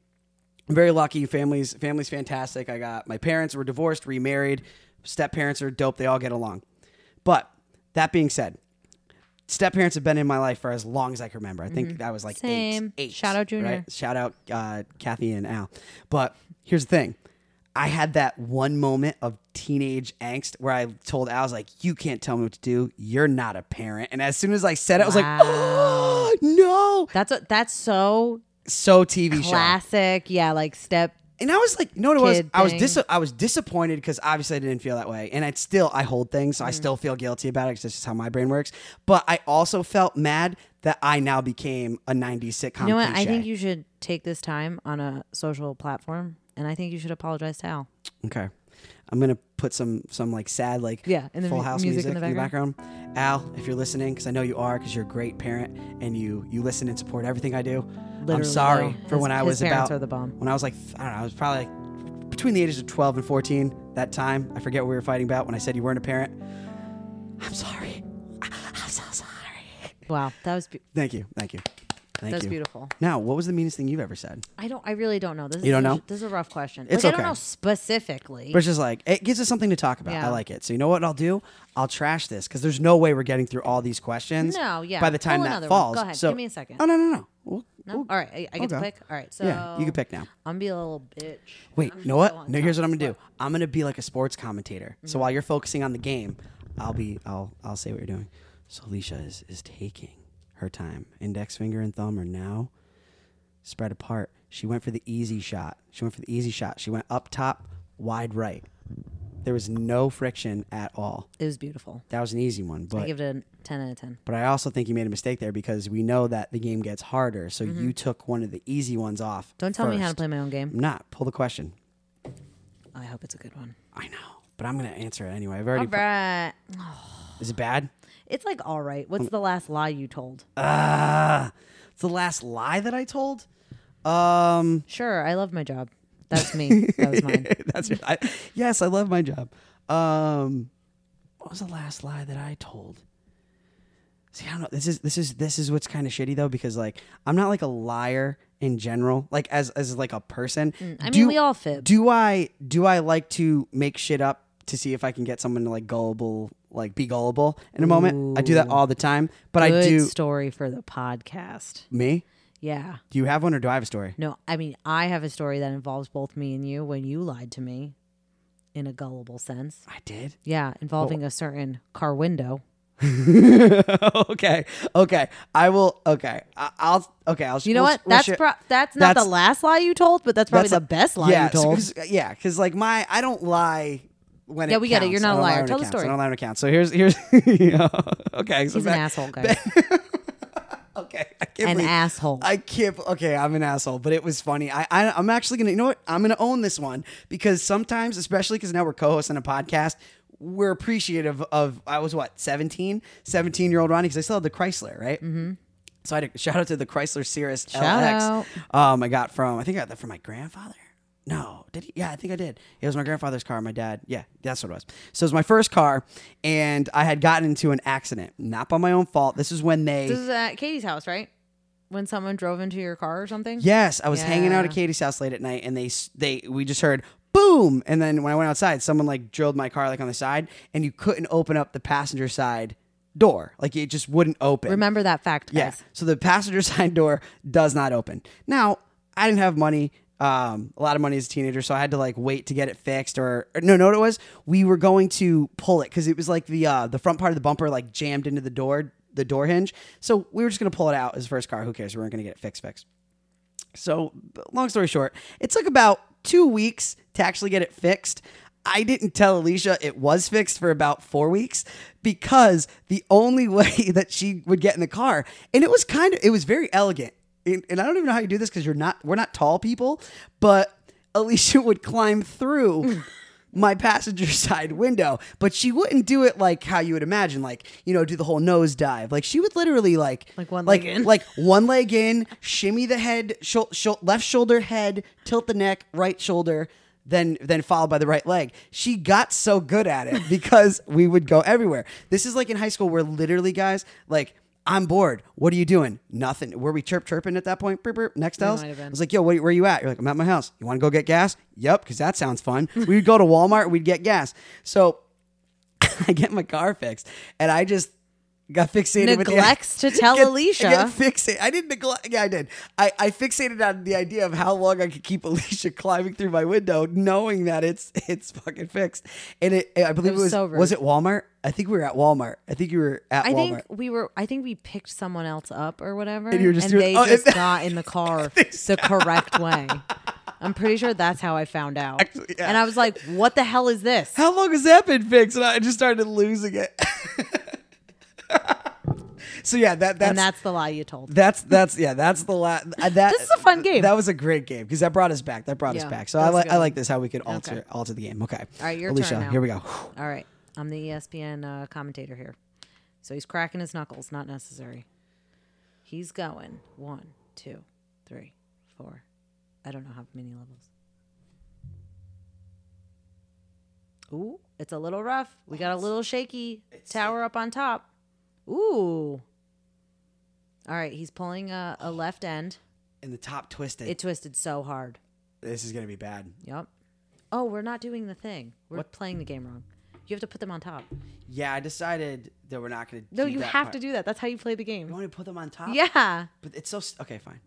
Speaker 2: I'm very lucky. Family's family's fantastic. I got my parents were divorced, remarried. Step parents are dope. They all get along. But that being said, step parents have been in my life for as long as I can remember. I think I was like
Speaker 1: Mm-hmm. Same.
Speaker 2: eight. eight
Speaker 1: Shout out Junior.
Speaker 2: right? Shout out uh, Kathy and Al. But here's the thing. I had that one moment of teenage angst where I told Al, I was like, you can't tell me what to do. You're not a parent. And as soon as I said it, I was
Speaker 1: Wow.
Speaker 2: like, oh, (gasps) no.
Speaker 1: That's what that's so
Speaker 2: So TV show.
Speaker 1: classic. Yeah, like step.
Speaker 2: And I was like, you know what it was?
Speaker 1: Kid
Speaker 2: I was
Speaker 1: thing.
Speaker 2: dis- I was disappointed because obviously I didn't feel that way, and I still I hold things,
Speaker 1: Mm.
Speaker 2: so I still feel guilty about it because that's just how my brain works. But I also felt mad that I now became a '90s sitcom.
Speaker 1: You know what? I
Speaker 2: cliche.
Speaker 1: think you should take this time on a social platform, and I think you should apologize to Al.
Speaker 2: Okay. I'm gonna put some some like sad like
Speaker 1: Yeah, and the
Speaker 2: full
Speaker 1: mu-
Speaker 2: house music, in, the background. Al, if you're listening, because I know you are, because you're a great parent and you you listen and support everything I do. I'm
Speaker 1: Literally,
Speaker 2: sorry
Speaker 1: though.
Speaker 2: for when
Speaker 1: His-
Speaker 2: I
Speaker 1: his
Speaker 2: was
Speaker 1: parents
Speaker 2: about
Speaker 1: are the bomb.
Speaker 2: when I was like I don't know I was probably like between the ages of 12 and 14 that time I forget what we were fighting about when I said you weren't a parent. I'm sorry. (laughs) I- I'm so sorry.
Speaker 1: Wow, that was be-
Speaker 2: Thank you. Thank you. Thank
Speaker 1: That's
Speaker 2: you.
Speaker 1: beautiful.
Speaker 2: Now, what was the meanest thing you've ever said?
Speaker 1: I don't. I really don't know. This
Speaker 2: You
Speaker 1: is
Speaker 2: don't
Speaker 1: a-
Speaker 2: know?
Speaker 1: This is a rough question.
Speaker 2: It's
Speaker 1: like, I
Speaker 2: okay.
Speaker 1: don't know specifically.
Speaker 2: But it's just like it gives us something to talk about.
Speaker 1: Yeah.
Speaker 2: I like it. So you know what I'll do? I'll trash this because there's no way we're getting through all these questions.
Speaker 1: No, yeah.
Speaker 2: By the time
Speaker 1: Pull
Speaker 2: that
Speaker 1: another one.
Speaker 2: falls,
Speaker 1: Go ahead.
Speaker 2: So,
Speaker 1: Give me a second.
Speaker 2: Oh no no no. We'll-
Speaker 1: no?
Speaker 2: we'll-
Speaker 1: All right, I, I
Speaker 2: we'll
Speaker 1: get to
Speaker 2: go.
Speaker 1: pick. All right, so
Speaker 2: yeah, you can pick now.
Speaker 1: I'm gonna be a little bitch.
Speaker 2: Wait,
Speaker 1: I'm
Speaker 2: you
Speaker 1: just Mm-hmm.
Speaker 2: know what?
Speaker 1: going
Speaker 2: No,
Speaker 1: top.
Speaker 2: here's what I'm gonna do. I'm gonna be like a sports commentator. So while you're focusing on the game, I'll be I'll I'll say what you're doing. So Alicia is is taking her time. Index finger and thumb are now spread apart. She went for the easy shot. She went for the easy shot. She went up top, wide right. There was no friction at all.
Speaker 1: It was beautiful.
Speaker 2: That was an easy one,
Speaker 1: I
Speaker 2: but
Speaker 1: give it a ten out of ten.
Speaker 2: but I also think you made a mistake there because we know that the game gets harder. So you took one of the easy ones off.
Speaker 1: Mm-hmm. Don't tell me how to
Speaker 2: first.
Speaker 1: play my own game.
Speaker 2: I'm not. Pull the question.
Speaker 1: I hope it's a good one.
Speaker 2: I know, but I'm gonna answer it anyway. I've already.
Speaker 1: All right.
Speaker 2: Is it bad?
Speaker 1: It's like all right.
Speaker 2: Um,
Speaker 1: What's the last lie you told?
Speaker 2: Ah, it's the last lie that I told. Um,
Speaker 1: Sure, I love my job. That's
Speaker 2: (laughs)
Speaker 1: me. that was mine.
Speaker 2: that's I, yes, I love my job. Um, what was the last lie that I told? See, I don't know. This is this is this is what's kind of shitty though because like I'm not like a liar in general. Like as as like a person.
Speaker 1: Mm, I mean, we all fib.
Speaker 2: Do I do I like to make shit up to see if I can get someone to like gullible, like be gullible in a moment? I do that all the time, but I
Speaker 1: Good
Speaker 2: do
Speaker 1: story for the podcast.
Speaker 2: me.
Speaker 1: Yeah.
Speaker 2: Do you have one or do I have a story?
Speaker 1: No, I mean, I have a story that involves both me and you when you lied to me in a gullible sense.
Speaker 2: I did.
Speaker 1: Yeah, involving a certain car window.
Speaker 2: (laughs) okay. Okay. I will. Okay. I, I'll. Okay. I'll.
Speaker 1: You know
Speaker 2: we'll-
Speaker 1: what?
Speaker 2: we'll
Speaker 1: That's
Speaker 2: share-
Speaker 1: pro- that's not
Speaker 2: That's-
Speaker 1: the last lie you told, but that's probably
Speaker 2: that's
Speaker 1: the
Speaker 2: like-
Speaker 1: best lie
Speaker 2: yeah,
Speaker 1: you
Speaker 2: so-
Speaker 1: told.
Speaker 2: 'cause- (laughs) yeah. Because like my, I don't lie when
Speaker 1: Yeah,
Speaker 2: it
Speaker 1: we get it. You're
Speaker 2: counts.
Speaker 1: not a
Speaker 2: I don't lie
Speaker 1: liar.
Speaker 2: when it
Speaker 1: Tell the
Speaker 2: counts.
Speaker 1: story.
Speaker 2: I don't lie when it counts. So here's here's. (laughs) yeah. Okay. So
Speaker 1: He's an
Speaker 2: back-
Speaker 1: asshole, guys.
Speaker 2: (laughs) Okay. I can't
Speaker 1: An
Speaker 2: believe-
Speaker 1: asshole.
Speaker 2: I can't. Okay, I'm an asshole, but it was funny. I, I I'm actually gonna. You know what? I'm gonna own this one because sometimes, especially because now we're co-hosting a podcast. We're appreciative of I was what 17, 17 year old Ronnie because I still had the Chrysler, right? Mm-hmm. So I had a shout out to the Chrysler Cirrus LX.
Speaker 1: out.
Speaker 2: Um, I got from I think I got that from my grandfather. No, did he? Yeah, I think I did. It was my grandfather's car. My dad. Yeah, that's what it was. So it was my first car, and I had gotten into an accident, not by my own fault. This is when they.
Speaker 1: This is at Katie's house, right? When someone drove into your car or something?
Speaker 2: Yes, I was hanging out
Speaker 1: Yeah.
Speaker 2: at Katie's house late at night, and they s- they we just heard boom, and then when I went outside, someone like drilled my car like on the side, and you couldn't open up the passenger side door, like it just wouldn't open.
Speaker 1: Remember that fact,
Speaker 2: Yeah.
Speaker 1: guys.
Speaker 2: So the passenger (laughs) side door does not open. Now, I didn't have money, um, a lot of money as a teenager, so I had to like wait to get it fixed. Or, or no, no, what it was we were going to pull it because it was like the uh, the front part of the bumper like jammed into the door the door hinge. So we were just gonna pull it out as first car. Who cares? We weren't gonna get it fixed fixed. So, b- long story short, it took about two weeks to actually get it fixed. I didn't tell Alicia it was fixed for about four weeks because the only (laughs) way that she would get in the car, and it was kind of, it was very elegant. And, and I don't even know how you do this because you're not, we're not tall people, but Alicia (laughs) would climb
Speaker 1: (laughs)
Speaker 2: through my passenger side window, but she wouldn't do it like how you would imagine, like you know, do the whole nose dive. Like she would literally like
Speaker 1: Like one
Speaker 2: like,
Speaker 1: leg in.
Speaker 2: like one leg in, shimmy the head, shou- shou- left shoulder head, tilt the neck, right shoulder. Then, then followed by the right leg. She got so good
Speaker 1: (laughs)
Speaker 2: at it because we would go everywhere. This is like in high school where literally, guys, like I'm bored. What are you doing? Nothing. Were we chirp chirping at that point? Burp, burp. Next else,
Speaker 1: might have
Speaker 2: I
Speaker 1: been.
Speaker 2: was like, "Yo, where, where you at?" You're like, "I'm at my house. You want to go get gas?" Yep, because that
Speaker 1: (laughs)
Speaker 2: sounds fun. we would go to Walmart. We'd get gas. So (laughs) I get my car fixed, and I just got fixated with the-
Speaker 1: Neglects
Speaker 2: (laughs)
Speaker 1: to tell
Speaker 2: I get-
Speaker 1: Alicia.
Speaker 2: I get fixa- I didn't neglect. Yeah, I did. I, I fixated on the idea of how long I could keep (laughs) Alicia climbing through my window, knowing that it's it's fucking fixed. And it, I believe it
Speaker 1: was
Speaker 2: was was,
Speaker 1: so rude.
Speaker 2: it Walmart? I think we were at Walmart. I think you were at
Speaker 1: I
Speaker 2: Walmart.
Speaker 1: think we were. I think we picked someone else up or whatever,
Speaker 2: you were just doing-
Speaker 1: they
Speaker 2: oh,
Speaker 1: just
Speaker 2: and-
Speaker 1: got
Speaker 2: (laughs)
Speaker 1: in the car the correct way. I'm pretty sure that's how I found out.
Speaker 2: Actually, yeah.
Speaker 1: And I was like, "What the hell is this?"
Speaker 2: how long has that been fixed? And I just started losing it. (laughs) so yeah, that that's
Speaker 1: and that's the lie you told.
Speaker 2: That's that's yeah. That's the last. That
Speaker 1: This is a fun game.
Speaker 2: That was a great game because that brought us back. That brought us
Speaker 1: Yeah,
Speaker 2: back. So
Speaker 1: that
Speaker 2: I
Speaker 1: was a
Speaker 2: like
Speaker 1: good
Speaker 2: I
Speaker 1: one.
Speaker 2: like this how we could alter
Speaker 1: Okay.
Speaker 2: alter the game. Okay. All
Speaker 1: right, your
Speaker 2: Alicia,
Speaker 1: turn now.
Speaker 2: Here we go. (sighs)
Speaker 1: All right, I'm the ESPN uh, commentator here, so he's cracking his knuckles. Not necessary. He's going one, two, three, four. I don't know how many levels. Ooh, it's a little rough. We got a little shaky tower up on top. Ooh. All right, he's pulling a, a left end.
Speaker 2: In the top twisted.
Speaker 1: It twisted so hard.
Speaker 2: this is gonna be bad.
Speaker 1: Yep. Oh, we're not doing the thing. We're playing the game wrong. You have to put them on top.
Speaker 2: Yeah, I decided that we're not gonna.
Speaker 1: No,
Speaker 2: do
Speaker 1: you
Speaker 2: that
Speaker 1: have
Speaker 2: part.
Speaker 1: to do that. That's how you play the
Speaker 2: You
Speaker 1: game.
Speaker 2: want me to put them on top?
Speaker 1: Yeah.
Speaker 2: But it's so s- okay. Fine.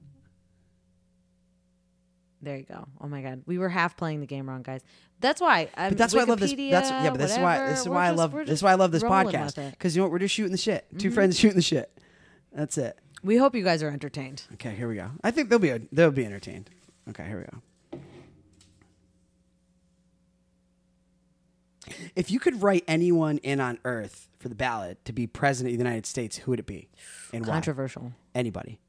Speaker 1: There you go. Oh my god, we were half playing the game wrong, guys. That's why. Um,
Speaker 2: But that's why I love this. That's yeah. But this is why this is why I love this is why I love this podcast because you know what? we're just shooting the shit.
Speaker 1: Mm-hmm.
Speaker 2: Two friends (laughs) shooting the shit. That's it.
Speaker 1: We hope you guys are entertained.
Speaker 2: Okay, here we go. I think they'll be they'll be entertained. Okay, here we go. If you could write anyone in on Earth for the ballot to be president of the United States, who would it be, and why?
Speaker 1: Controversial.
Speaker 2: Anybody?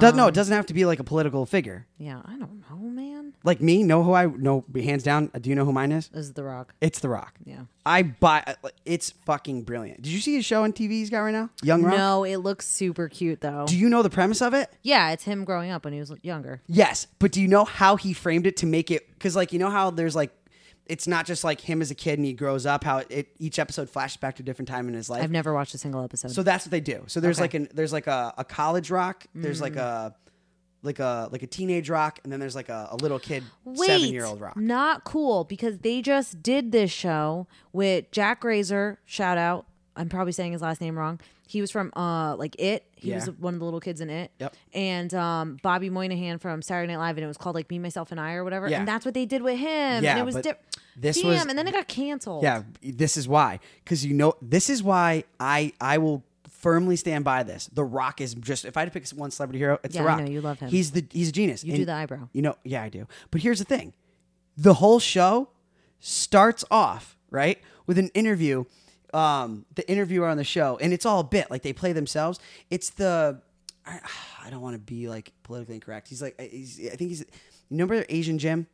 Speaker 2: Does- no, it doesn't have to be like a political figure.
Speaker 1: Yeah, I don't know, man.
Speaker 2: Like me, know who I know? Hands down, uh, do you know who mine is?
Speaker 1: This is The Rock.
Speaker 2: It's The Rock.
Speaker 1: Yeah.
Speaker 2: I buy. uh, It's fucking brilliant. Did you see his show on TV he's got right now? Young Rock.
Speaker 1: No, it looks super cute though.
Speaker 2: Do you know the premise of it?
Speaker 1: yeah, it's him growing up when he was younger.
Speaker 2: Yes, but do you know how he framed it to make it? Because like you know how there's like, it's not just like him as a kid and he grows up. How it, it each episode flashes back to a different time in his life.
Speaker 1: I've never watched a single episode.
Speaker 2: so that's what they do. So there's
Speaker 1: Okay. Mm.
Speaker 2: like an there's like a, a college rock. There's like a like a like a teenage rock, and then there's like a, a little kid
Speaker 1: Wait,
Speaker 2: seven year old rock.
Speaker 1: Not cool because they just did this show with Jack Razor. Shout out. I'm probably saying his last name wrong. He was from uh like It. He was
Speaker 2: Yeah.
Speaker 1: one of the little kids in It.
Speaker 2: Yep.
Speaker 1: And um Bobby Moynihan from Saturday Night Live, and it was called like Me, Myself, and I or whatever.
Speaker 2: Yeah.
Speaker 1: And that's what they did with him.
Speaker 2: Yeah,
Speaker 1: and it was
Speaker 2: but
Speaker 1: different.
Speaker 2: this
Speaker 1: Damn,
Speaker 2: was-
Speaker 1: and then it got canceled.
Speaker 2: Yeah, this is why. Because you know, this is why I I will firmly stand by this. The Rock is just if I had to pick one celebrity hero, it's
Speaker 1: Yeah,
Speaker 2: The
Speaker 1: I
Speaker 2: Rock.
Speaker 1: know, you love him.
Speaker 2: He's the he's a genius. You
Speaker 1: do the eyebrow.
Speaker 2: You know, yeah, I do. But here's the thing: the whole show starts off right with an interview. Um, the interviewer on the show, and it's all a bit like they play themselves. It's the I, I don't want to be like politically incorrect. He's like he's, I think he's remember Asian Jim.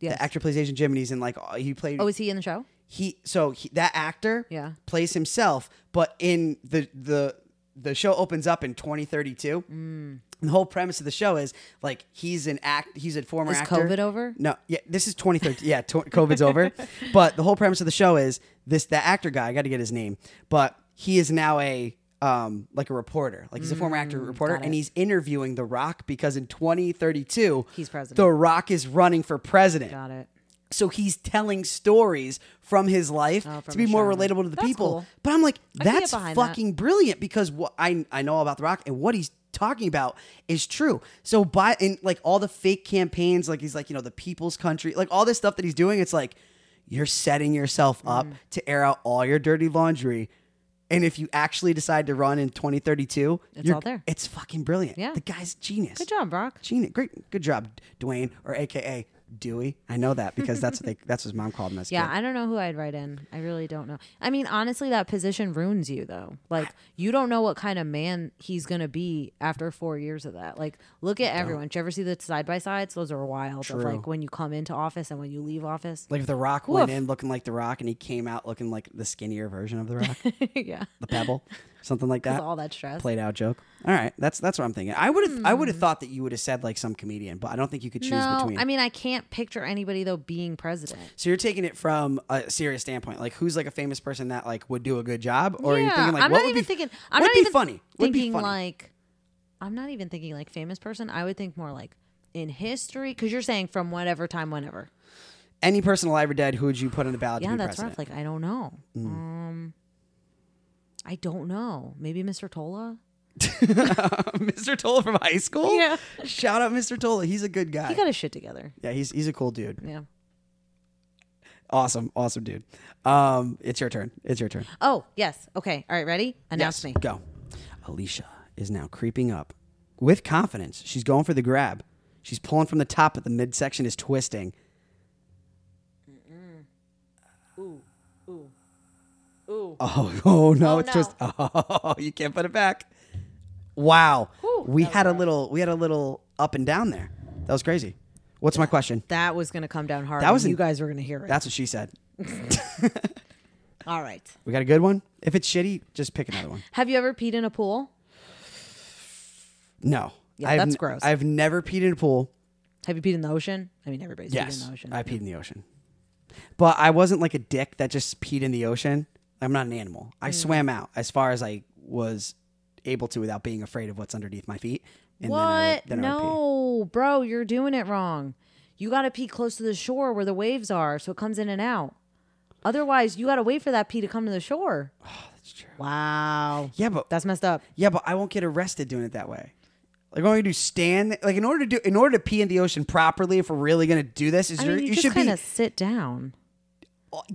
Speaker 1: Yes.
Speaker 2: The actor plays Asian Jim, and he's in like all- he played
Speaker 1: Oh, is he in the show?
Speaker 2: he so he, that actor
Speaker 1: Yeah.
Speaker 2: plays himself but in the the the show opens up in 2032 mm. the whole premise of the show is like he's an act he's a former
Speaker 1: Is
Speaker 2: actor
Speaker 1: COVID over?
Speaker 2: no yeah this is 2030 yeah tw
Speaker 1: (laughs)
Speaker 2: covid's over but the whole premise of the show is this the actor guy i gotta get his name but he is now a um, like a reporter, like he's a former
Speaker 1: Mm,
Speaker 2: actor reporter, and he's interviewing The Rock because in 2032
Speaker 1: He's president.
Speaker 2: The Rock is running for president.
Speaker 1: Got it.
Speaker 2: So he's telling stories from his life
Speaker 1: Oh, from
Speaker 2: to be
Speaker 1: his
Speaker 2: more
Speaker 1: childhood.
Speaker 2: relatable to the
Speaker 1: That's
Speaker 2: people.
Speaker 1: cool.
Speaker 2: But I'm like,
Speaker 1: can get
Speaker 2: that's
Speaker 1: behind that.
Speaker 2: fucking brilliant because what I I know about The Rock and what he's talking about is true. So by and like all the fake campaigns, like he's like you know the People's Country, like all this stuff that he's doing, it's like you're setting yourself
Speaker 1: Mm.
Speaker 2: up to air out all your dirty laundry. And if you actually decide to run in 2032,
Speaker 1: It's
Speaker 2: you're-
Speaker 1: all there.
Speaker 2: It's fucking brilliant.
Speaker 1: Yeah.
Speaker 2: the guy's genius.
Speaker 1: Good job, Brock.
Speaker 2: Genius. Great. Good job, Dwayne, or AKA Dewey. I know that because that's what they, that's what his mom called him as
Speaker 1: (laughs)
Speaker 2: a
Speaker 1: Yeah,
Speaker 2: kid.
Speaker 1: I don't know who I'd write in. I really don't know. I mean, honestly, that position ruins you though. Like you don't know what kind of man he's gonna be after four years of that. Like, look at everyone. Did you ever see the side by sides? Those are wild. Of,
Speaker 2: True.
Speaker 1: like when you come into office and when you leave
Speaker 2: (laughs)
Speaker 1: office.
Speaker 2: Like if The Rock went
Speaker 1: Woof.
Speaker 2: in looking like The Rock and he came out looking like the skinnier version of The Rock,
Speaker 1: yeah,
Speaker 2: the
Speaker 1: (laughs)
Speaker 2: Pebble, something like
Speaker 1: with
Speaker 2: that.
Speaker 1: all that stress.
Speaker 2: Played out joke. All right, that's that's what I'm thinking. I would have I would have thought that you would have said like some comedian, but I don't think you could choose
Speaker 1: Hmm. no,
Speaker 2: between.
Speaker 1: I mean, I can't picture anybody though being president.
Speaker 2: so you're taking it from a serious standpoint, like who's like a famous person that like would do a good job, or are you
Speaker 1: Yeah,
Speaker 2: thinking like
Speaker 1: I'm
Speaker 2: what
Speaker 1: not
Speaker 2: would
Speaker 1: even
Speaker 2: be
Speaker 1: thinking. I'm
Speaker 2: what'd
Speaker 1: not
Speaker 2: be
Speaker 1: even
Speaker 2: funny? What'd be
Speaker 1: Thinking
Speaker 2: funny?
Speaker 1: like, I'm not even thinking like famous person. I would think more like in history because you're saying from whatever time, whenever.
Speaker 2: any person alive or dead? Who would you put on the ballot? to
Speaker 1: Yeah,
Speaker 2: be Mm.
Speaker 1: that's
Speaker 2: president?
Speaker 1: rough. Like I don't know. Um, I don't know. Maybe Mr. Tola.
Speaker 2: (laughs) Mr. Tola from high school.
Speaker 1: Yeah.
Speaker 2: shout out Mr. Tola. He's a good guy.
Speaker 1: He got his shit together.
Speaker 2: yeah, he's he's a cool dude.
Speaker 1: Yeah.
Speaker 2: Awesome, awesome dude. Um, it's your turn. It's your turn.
Speaker 1: Oh yes. Okay. All right. Ready? Announce me.
Speaker 2: Go. Alicia is now creeping up with confidence. She's going for the grab. She's pulling from the top, but the midsection is twisting.
Speaker 1: Ooh.
Speaker 2: (laughs) Oh, oh no,
Speaker 1: Oh,
Speaker 2: it's
Speaker 1: no.
Speaker 2: twist. (laughs) Oh, you can't put it back. Wow.
Speaker 1: Whew,
Speaker 2: we
Speaker 1: that was
Speaker 2: had a little we had a little up and down there. That was crazy. What's my question?
Speaker 1: That was gonna come down hard.
Speaker 2: That
Speaker 1: and
Speaker 2: was an-
Speaker 1: you guys were gonna hear it.
Speaker 2: That's what she said.
Speaker 1: All right.
Speaker 2: We got a good one? If it's shitty, just pick another one.
Speaker 1: Have you ever peed in a pool?
Speaker 2: No.
Speaker 1: Yeah,
Speaker 2: I've
Speaker 1: that's
Speaker 2: n-
Speaker 1: gross.
Speaker 2: I've never peed in a pool.
Speaker 1: Have you peed in the ocean? I mean, everybody's peed
Speaker 2: Yes,
Speaker 1: in the ocean.
Speaker 2: I peed in the ocean, but I wasn't like a dick that just peed in the ocean. I'm not an animal. I swam out as far as I was able to without being afraid of what's underneath my feet. And
Speaker 1: what?
Speaker 2: Then I would, then I would pee.
Speaker 1: no, bro, you're doing it wrong. You gotta pee close to the shore where the waves are, so it comes in and out. Otherwise, you gotta wait for that pee to come to the
Speaker 2: (sighs)
Speaker 1: shore. Oh, that's true. Wow.
Speaker 2: Yeah, but
Speaker 1: That's messed up.
Speaker 2: yeah, but I won't get arrested doing it that way. Like, what am I gonna do? Stand like in order to do in order to pee in the ocean properly. If we're really gonna do this, is
Speaker 1: I
Speaker 2: you're-
Speaker 1: mean, you,
Speaker 2: you
Speaker 1: just
Speaker 2: should
Speaker 1: kind
Speaker 2: be
Speaker 1: of sit down.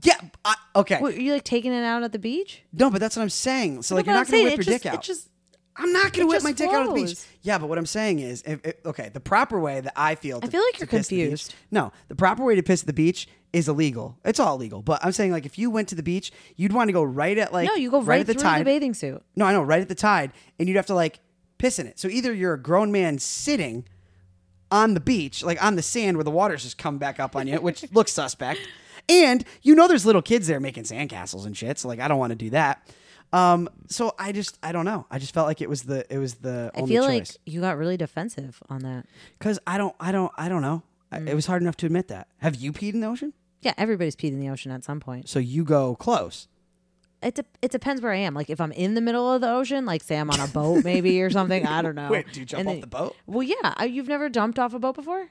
Speaker 2: yeah. I, okay,
Speaker 1: What, are you like taking it out at the beach?
Speaker 2: no, but that's what I'm saying. So like,
Speaker 1: No, but
Speaker 2: you're not
Speaker 1: I'm
Speaker 2: gonna
Speaker 1: saying
Speaker 2: whip
Speaker 1: it
Speaker 2: your
Speaker 1: just-
Speaker 2: dick out.
Speaker 1: It just
Speaker 2: I'm not gonna
Speaker 1: It
Speaker 2: whip
Speaker 1: just
Speaker 2: my dick out on the beach.
Speaker 1: flows.
Speaker 2: Yeah, but what I'm saying is, if, if- okay, the proper way that I feel. To,
Speaker 1: feel like
Speaker 2: to
Speaker 1: you're
Speaker 2: piss at the beach-
Speaker 1: confused.
Speaker 2: no, the proper way to piss at the beach is illegal. It's all illegal. But I'm saying, like, if you went to the beach, you'd want to go right at like
Speaker 1: no, you go right,
Speaker 2: at the
Speaker 1: through
Speaker 2: tide.
Speaker 1: the bathing suit.
Speaker 2: no, I know, right at the tide, and you'd have to like piss in it. So either you're a grown man sitting on the beach, like on the sand where the water's just come back up on you,
Speaker 1: (laughs)
Speaker 2: which looks suspect. And you know there's little kids there making sandcastles and shit, so like I don't want to do that. Um, so I just I don't know. I just felt like it was the it was the
Speaker 1: I
Speaker 2: only
Speaker 1: feel like
Speaker 2: choice.
Speaker 1: you got really defensive on that.
Speaker 2: Cause I don't I don't I don't know. I,
Speaker 1: Mm.
Speaker 2: it was hard enough to admit that. Have you peed in the ocean?
Speaker 1: Yeah, everybody's peed in the ocean at some point.
Speaker 2: So you go close.
Speaker 1: It de- it depends where I am. Like if I'm in the middle of the ocean, like say I'm on a boat maybe or something. I
Speaker 2: (laughs)
Speaker 1: don't know.
Speaker 2: Wait, do you jump
Speaker 1: And
Speaker 2: off
Speaker 1: then-
Speaker 2: the boat?
Speaker 1: Well, yeah. I, you've never jumped off a boat before.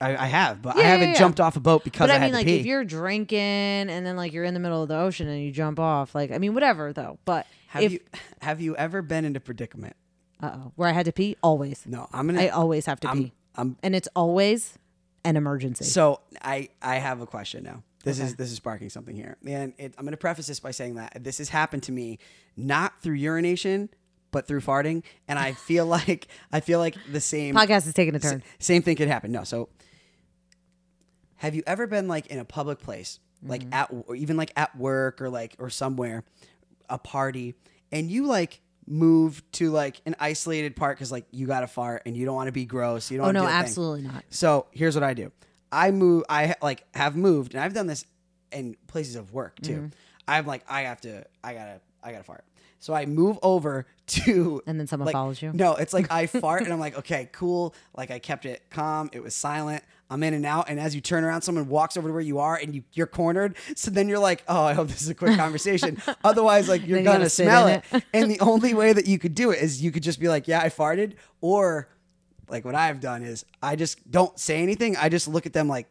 Speaker 2: I, I have, but I
Speaker 1: Yeah, yeah,
Speaker 2: haven't
Speaker 1: yeah.
Speaker 2: jumped off a boat because
Speaker 1: But I,
Speaker 2: had
Speaker 1: mean,
Speaker 2: to
Speaker 1: like
Speaker 2: pee.
Speaker 1: if you're drinking and then like you're in the middle of the ocean and you jump off, like I mean, whatever though. But
Speaker 2: have
Speaker 1: if
Speaker 2: you have you ever been in a predicament?
Speaker 1: uh oh, where I had to pee, always.
Speaker 2: No, I'm (laughs) gonna
Speaker 1: I always have to
Speaker 2: I'm-
Speaker 1: pee.
Speaker 2: I'm-
Speaker 1: and it's always an emergency.
Speaker 2: So I I have a question now. This is this is sparking something here, and it, I'm going to preface this by saying that this has happened to me not through urination, but through farting, and
Speaker 1: (laughs)
Speaker 2: I feel like I feel like the same
Speaker 1: Podcast is taking a turn.
Speaker 2: same thing could happen. No, so have you ever been like in a public place, like
Speaker 1: Mm-hmm.
Speaker 2: at or even like at work or like or somewhere, a party, and you like move to like an isolated part because like you got to fart and you don't want to be gross. You don't.
Speaker 1: Oh
Speaker 2: wanna
Speaker 1: no,
Speaker 2: do the thing.
Speaker 1: absolutely not.
Speaker 2: So here's what I do. I move. I like have moved, and I've done this in places of work too.
Speaker 1: Mm-hmm.
Speaker 2: I'm like, I have to. I gotta. I gotta fart. So I move over (laughs) to,
Speaker 1: And then someone
Speaker 2: like-
Speaker 1: follows you?
Speaker 2: No, it's like
Speaker 1: (laughs)
Speaker 2: I fart, and I'm like, okay, cool. Like I kept it calm. It was silent. I'm in and out, and as you turn around, someone walks over to where you are, and you you're cornered. So then you're like, oh, I hope this is
Speaker 1: (laughs)
Speaker 2: a quick conversation. Otherwise, like you're
Speaker 1: Then you
Speaker 2: gonna
Speaker 1: gotta sit
Speaker 2: smell
Speaker 1: in
Speaker 2: it. and the only way that you could do it is you could just be like, yeah, I farted, or like what I've done is I just don't say anything. I just look at them
Speaker 1: (laughs)
Speaker 2: like,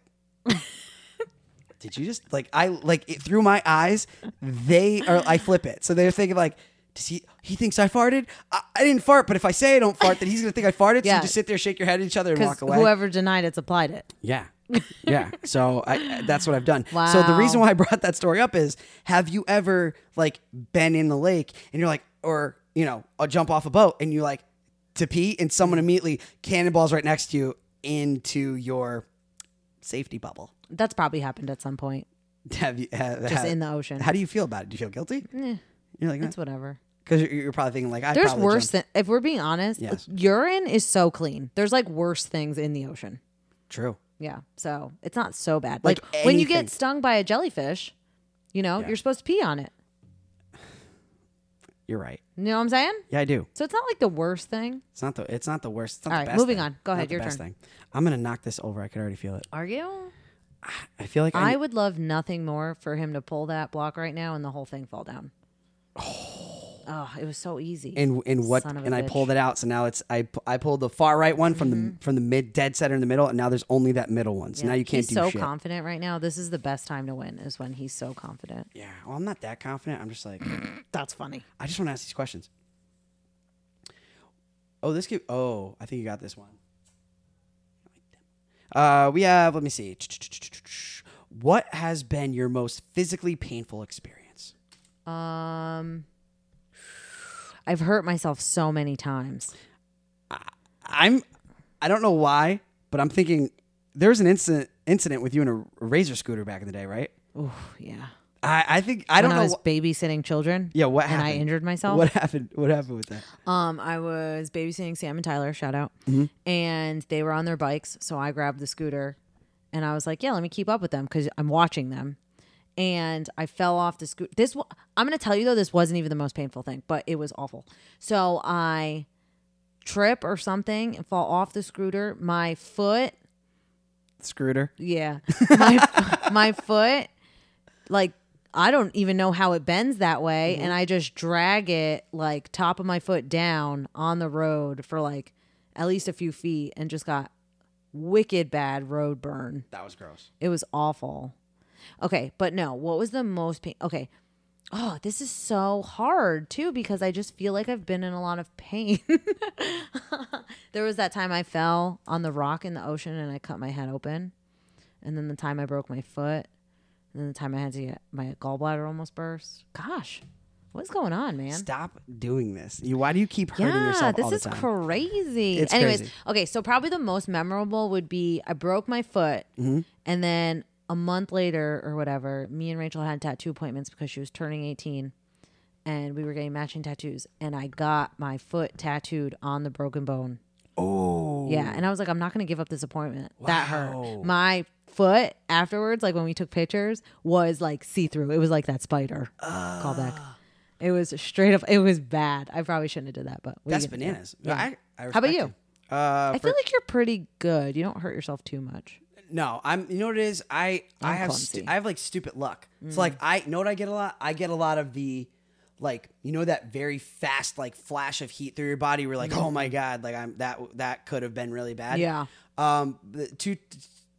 Speaker 2: did you just like I like it, through my eyes? They are I flip it, so they're thinking like, does he? He thinks I farted. I, I didn't fart, but if I say I don't fart, then he's gonna think I farted. So
Speaker 1: Yeah.
Speaker 2: you just sit there, shake your head at each other, and
Speaker 1: Because
Speaker 2: walk away.
Speaker 1: whoever denied it's applied it.
Speaker 2: Yeah. Yeah. so I, that's what I've done. So the
Speaker 1: Wow.
Speaker 2: reason why I brought that story up is have you ever like been in the lake and you're like, or, you know, I'll jump off a boat and you like to pee and someone immediately cannonballs right next to you into your safety bubble. (laughs)
Speaker 1: That's probably happened at some point.
Speaker 2: Have you have,
Speaker 1: Just in the ocean.
Speaker 2: How do you feel about it? Do you feel guilty? You're like
Speaker 1: It's whatever.
Speaker 2: because you're, you're probably thinking like I
Speaker 1: There's
Speaker 2: probably
Speaker 1: worse
Speaker 2: jumped-
Speaker 1: than if we're being honest,
Speaker 2: Yes.
Speaker 1: urine is so clean. There's like worse things in the ocean.
Speaker 2: True.
Speaker 1: Yeah. So it's not so bad. Like,
Speaker 2: Like
Speaker 1: when you
Speaker 2: anything.
Speaker 1: get stung by a jellyfish, you know, you're supposed to pee on it.
Speaker 2: You're right.
Speaker 1: You know what I'm saying?
Speaker 2: Yeah, I do.
Speaker 1: So it's not like the worst thing.
Speaker 2: It's not the it's not the worst. It's not
Speaker 1: All
Speaker 2: the
Speaker 1: right,
Speaker 2: best
Speaker 1: moving
Speaker 2: thing.
Speaker 1: on. Go
Speaker 2: Not
Speaker 1: ahead,
Speaker 2: the
Speaker 1: your
Speaker 2: best
Speaker 1: turn.
Speaker 2: Thing. I'm gonna knock this over. I could already feel it.
Speaker 1: Are you?
Speaker 2: I feel like I,
Speaker 1: I would love nothing more for him to pull that block right now and the whole thing fall
Speaker 2: (sighs)
Speaker 1: down. Oh, it was so easy.
Speaker 2: and and what
Speaker 1: Son of a
Speaker 2: and I
Speaker 1: bitch. Mm-hmm.
Speaker 2: pulled it out. So now it's I pu- I pulled the far right one from the from the mid dead center in the middle, and now there's only that middle one. So now you can't
Speaker 1: he's
Speaker 2: do
Speaker 1: so
Speaker 2: shit.
Speaker 1: confident right now. This is the best time to win is when he's so confident.
Speaker 2: yeah. Well, I'm not that confident. I'm just like
Speaker 1: That's funny.
Speaker 2: I just want to ask these questions. Oh, this could. Oh, I think you got this one. Uh, we have. Let me see. What has been your most physically painful experience?
Speaker 1: Um I've hurt myself so many times.
Speaker 2: (sighs) I'm I don't know why, but I'm thinking there was an incident incident with you in a razor scooter back in the day, right?
Speaker 1: Yeah.
Speaker 2: I, I think I don't
Speaker 1: when
Speaker 2: know.
Speaker 1: I was
Speaker 2: wh-
Speaker 1: babysitting children.
Speaker 2: yeah, what
Speaker 1: and
Speaker 2: happened?
Speaker 1: I injured myself.
Speaker 2: (laughs) What happened? What happened with that?
Speaker 1: Um, I was babysitting Sam and Tyler, shout out, and they were on their bikes. So I grabbed the scooter and I was like, yeah, let me keep up with them because I'm watching them. And I fell off the scooter. This, wa- I'm going to tell you though, this wasn't even the most painful thing, but it was awful. So I trip or something and fall off the scooter. My foot
Speaker 2: Scooter.
Speaker 1: yeah. My my foot like I don't even know how it bends that way and I just drag it like top of my foot down on the road for like at least a few feet and just got wicked bad road burn.
Speaker 2: That was gross.
Speaker 1: It was awful. Okay, but no, what was the most pain? Okay. Oh, this is so hard too because I just feel like I've been in a lot of pain. (laughs) there was that time I fell on the rock in the ocean and I cut my head open. And then the time I broke my foot. And then the time I had to get my gallbladder almost burst. Gosh, what's going on, man?
Speaker 2: Stop doing this. You. Why do you keep hurting yourself
Speaker 1: this
Speaker 2: all the
Speaker 1: is
Speaker 2: time?
Speaker 1: crazy.
Speaker 2: It's
Speaker 1: Anyways,
Speaker 2: crazy.
Speaker 1: okay, so probably the most memorable would be I broke my foot,
Speaker 2: Mm-hmm.
Speaker 1: and then a month later or whatever, me and Rachel had tattoo appointments because she was turning eighteen, and we were getting matching tattoos, and I got my foot tattooed on the broken bone.
Speaker 2: oh.
Speaker 1: Yeah, and I was like, I'm not gonna give up this appointment. That
Speaker 2: Wow.
Speaker 1: hurt. My foot afterwards, like when we took pictures, was like see through. It was like that spider
Speaker 2: Ah.
Speaker 1: callback. It was straight up. It was bad. I probably shouldn't have did that, but we
Speaker 2: That's
Speaker 1: did.
Speaker 2: bananas.
Speaker 1: Yeah.
Speaker 2: I, I
Speaker 1: How about
Speaker 2: respect
Speaker 1: you?
Speaker 2: Uh,
Speaker 1: I feel like you're pretty good. You don't hurt yourself too much.
Speaker 2: No, I'm. You know what it is? I i
Speaker 1: I'm
Speaker 2: have stu-
Speaker 1: clumsy. Mm.
Speaker 2: I have like stupid luck. So like I know what I get a lot. I get a lot of the like you know that very fast like flash of heat through your body. We're like, oh my god, like I'm that that could have been really
Speaker 1: Mm-hmm.
Speaker 2: bad.
Speaker 1: Yeah.
Speaker 2: Um, the two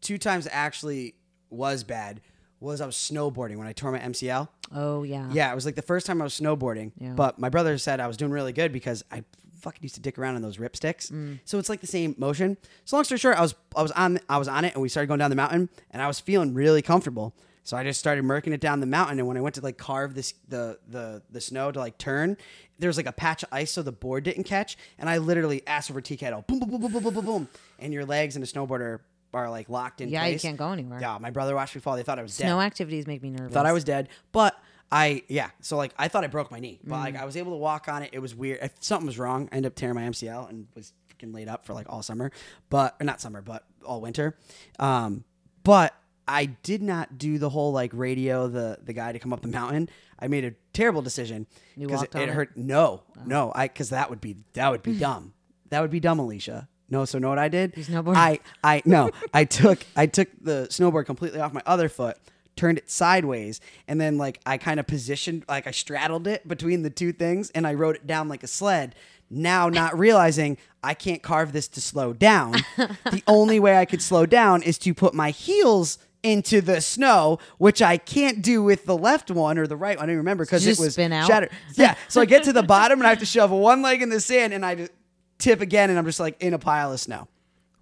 Speaker 2: two times actually was bad. Was I was snowboarding when I tore my MCL.
Speaker 1: Oh yeah.
Speaker 2: Yeah, it was like the first time I was snowboarding. But my brother said I was doing really good because I fucking used to dick around on those rip sticks.
Speaker 1: Mm.
Speaker 2: So it's like the same motion. So long story short, I was I was on I was on it and we started going down the mountain and I was feeling really comfortable. So I just started merking it down the mountain and when I went to like carve this the the the snow to like turn, there was like a patch of ice so the board didn't catch and I literally ass over tea kettle boom boom boom boom boom boom boom boom and your legs and a snowboarder are like locked in
Speaker 1: Yeah, you
Speaker 2: place.
Speaker 1: can't go anywhere.
Speaker 2: Yeah, my brother watched me fall. They thought I was dead
Speaker 1: Snow activities make me nervous.
Speaker 2: thought I was dead, but I yeah. So like I thought I broke my knee, but
Speaker 1: Mm.
Speaker 2: like I was able to walk on it. It was weird. If something was wrong, I ended up tearing my MCL and was freaking laid up for like all summer, but or not summer, but all winter. Um, but I did not do the whole like radio the the guy to come up the mountain. I made a terrible decision because it,
Speaker 1: walked on
Speaker 2: it
Speaker 1: it?
Speaker 2: hurt. No, no, I because that would be that would be dumb. That would be dumb, Alicia. No, so know what I did?
Speaker 1: snowboarded?
Speaker 2: I I no, I took I took the snowboard completely off my other foot, turned it sideways, and then like I kind of positioned like I straddled it between the two things and I rode it down like a sled. Now not realizing I can't carve this to slow down. the only way I could slow down is to put my heels into the snow, which I can't do with the left one or the right one. I don't remember because
Speaker 1: you
Speaker 2: it
Speaker 1: just
Speaker 2: was
Speaker 1: spin out? (laughs)
Speaker 2: shattered. Yeah. So I get to the bottom and I have to shove one leg in the sand and I just tip again and I'm just like in a pile of snow.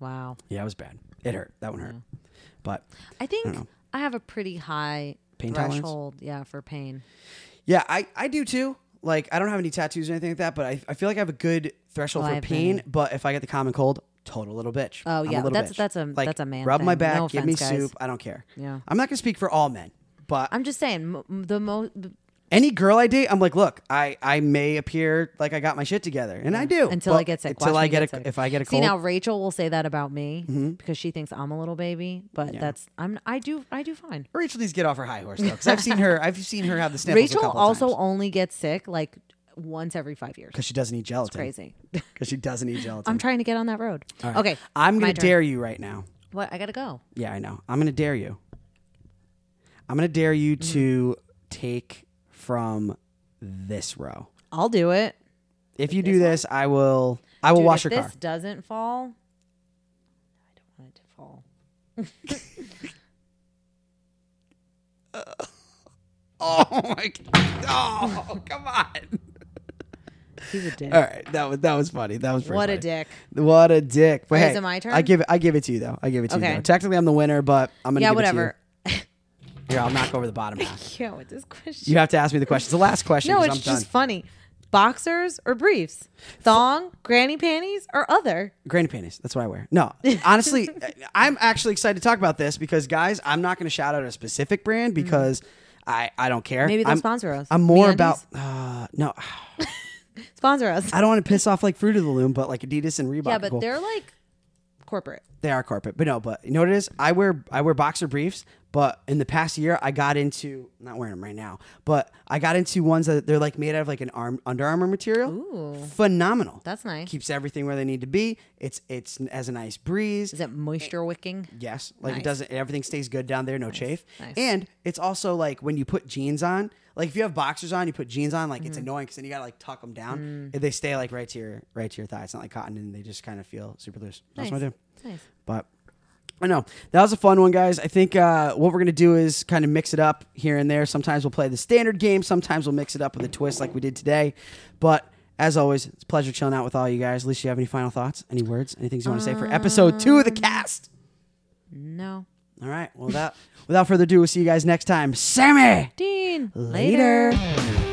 Speaker 1: Wow.
Speaker 2: Yeah, it was bad. It hurt. That one hurt.
Speaker 1: Mm-hmm.
Speaker 2: But
Speaker 1: I think I, have a pretty high
Speaker 2: Pain tolerance?
Speaker 1: threshold. Yeah, for pain.
Speaker 2: yeah, I, I do too. Like I don't have any tattoos or anything like that, but I, I feel like I have a good threshold
Speaker 1: Oh, I
Speaker 2: for
Speaker 1: have
Speaker 2: pain. But if I get the common cold, total little bitch.
Speaker 1: Oh,
Speaker 2: I'm a
Speaker 1: yeah,
Speaker 2: little
Speaker 1: that's-
Speaker 2: bitch.
Speaker 1: that's a-
Speaker 2: like,
Speaker 1: that's a man
Speaker 2: Rub my
Speaker 1: thing. No
Speaker 2: back, give me
Speaker 1: offense, guys.
Speaker 2: soup. I don't care.
Speaker 1: Yeah.
Speaker 2: I'm not gonna speak for all men, but
Speaker 1: I'm just saying m- m- the most.
Speaker 2: any girl I date, I'm like, look, I I may appear like I got my shit together, and I do
Speaker 1: Until
Speaker 2: but
Speaker 1: I get sick.
Speaker 2: Until
Speaker 1: Watch
Speaker 2: I
Speaker 1: me
Speaker 2: get, a
Speaker 1: sick.
Speaker 2: if I get a
Speaker 1: See
Speaker 2: cold. Mm-hmm.
Speaker 1: now, Rachel will say that about me because she thinks I'm a little baby, but that's I'm I do I do fine.
Speaker 2: Rachel needs to get off her high horse though, because I've seen her. I've seen her have the sniffles.
Speaker 1: Rachel also only gets sick like once every five years.
Speaker 2: because she doesn't eat gelatin.
Speaker 1: Crazy.
Speaker 2: Because she doesn't eat gelatin.
Speaker 1: I'm trying to get on that road. Okay,
Speaker 2: I'm
Speaker 1: my
Speaker 2: gonna
Speaker 1: turn.
Speaker 2: dare you right now.
Speaker 1: What I gotta go.
Speaker 2: Yeah, I know. I'm gonna dare you. I'm gonna dare you
Speaker 1: Mm-hmm.
Speaker 2: to take from this row.
Speaker 1: I'll do it.
Speaker 2: If you do this, I will. I will
Speaker 1: Dude,
Speaker 2: wash
Speaker 1: if
Speaker 2: your car.
Speaker 1: this doesn't fall, I don't want it to fall.
Speaker 2: Oh my god! Oh,
Speaker 1: (laughs)
Speaker 2: come on!
Speaker 1: He's a dick.
Speaker 2: All right, that was that was funny. That was pretty
Speaker 1: what a
Speaker 2: funny.
Speaker 1: dick.
Speaker 2: What a dick! But
Speaker 1: Wait,
Speaker 2: hey,
Speaker 1: is it my turn?
Speaker 2: I give it. I give it to you though. I give it to you.
Speaker 1: Okay.
Speaker 2: Though. Technically, I'm the winner, but I'm gonna.
Speaker 1: Yeah,
Speaker 2: give
Speaker 1: whatever.
Speaker 2: It to you. Here, I'll knock over the bottom
Speaker 1: (laughs)
Speaker 2: half.
Speaker 1: Yeah, with this question.
Speaker 2: You have to ask me the question. It's the last question.
Speaker 1: (laughs) No,
Speaker 2: 'cause
Speaker 1: it's
Speaker 2: I'm
Speaker 1: just
Speaker 2: done.
Speaker 1: funny. Boxers or briefs? Thong, granny panties, or other?
Speaker 2: granny panties. That's what I wear.
Speaker 1: (laughs)
Speaker 2: No, honestly, I'm actually excited to talk about this because, guys, I'm not going to shout out a specific brand because I I don't care.
Speaker 1: Mm-hmm. Maybe they'll
Speaker 2: I'm,
Speaker 1: sponsor us.
Speaker 2: I'm more
Speaker 1: MeUndies?
Speaker 2: about uh, no.
Speaker 1: Sponsor us.
Speaker 2: I don't want to piss off like Fruit of the Loom, but like Adidas and Reebok.
Speaker 1: yeah,
Speaker 2: are
Speaker 1: but
Speaker 2: cool.
Speaker 1: they're like corporate.
Speaker 2: they are corporate, but no. But you know what it is? I wear I wear boxer briefs, but in the past year I got into I'm not wearing them right now, but I got into ones that they're like made out of like an arm Under Armour material.
Speaker 1: Ooh.
Speaker 2: phenomenal!
Speaker 1: That's nice.
Speaker 2: Keeps everything where they need to be. It's it's n- has a nice breeze.
Speaker 1: Is it moisture wicking?
Speaker 2: Yes, like it
Speaker 1: Nice.
Speaker 2: doesn't. Everything stays good down there, no chafe.
Speaker 1: nice.
Speaker 2: And it's also like when you put jeans on, like if you have boxers on, you put jeans on, like it's
Speaker 1: Mm-hmm.
Speaker 2: annoying because then you gotta like tuck them down.
Speaker 1: Mm.
Speaker 2: And they stay like right to your right to your thigh. It's not like cotton, and they just kind of feel super loose. That's what I
Speaker 1: Nice.
Speaker 2: do.
Speaker 1: Nice.
Speaker 2: But I know that was a fun one, guys. I think uh, what we're gonna do is kind of mix it up here and there. Sometimes we'll play the standard game. Sometimes we'll mix it up with a twist, like we did today. But as always, it's a pleasure chilling out with all you guys. Alicia, you have any final thoughts? Any words? Anything you want to say for episode two of the cast?
Speaker 1: No.
Speaker 2: All right. Well, that without further ado, we'll see you guys next time. Sammy.
Speaker 1: Dean.
Speaker 2: Later.
Speaker 1: later.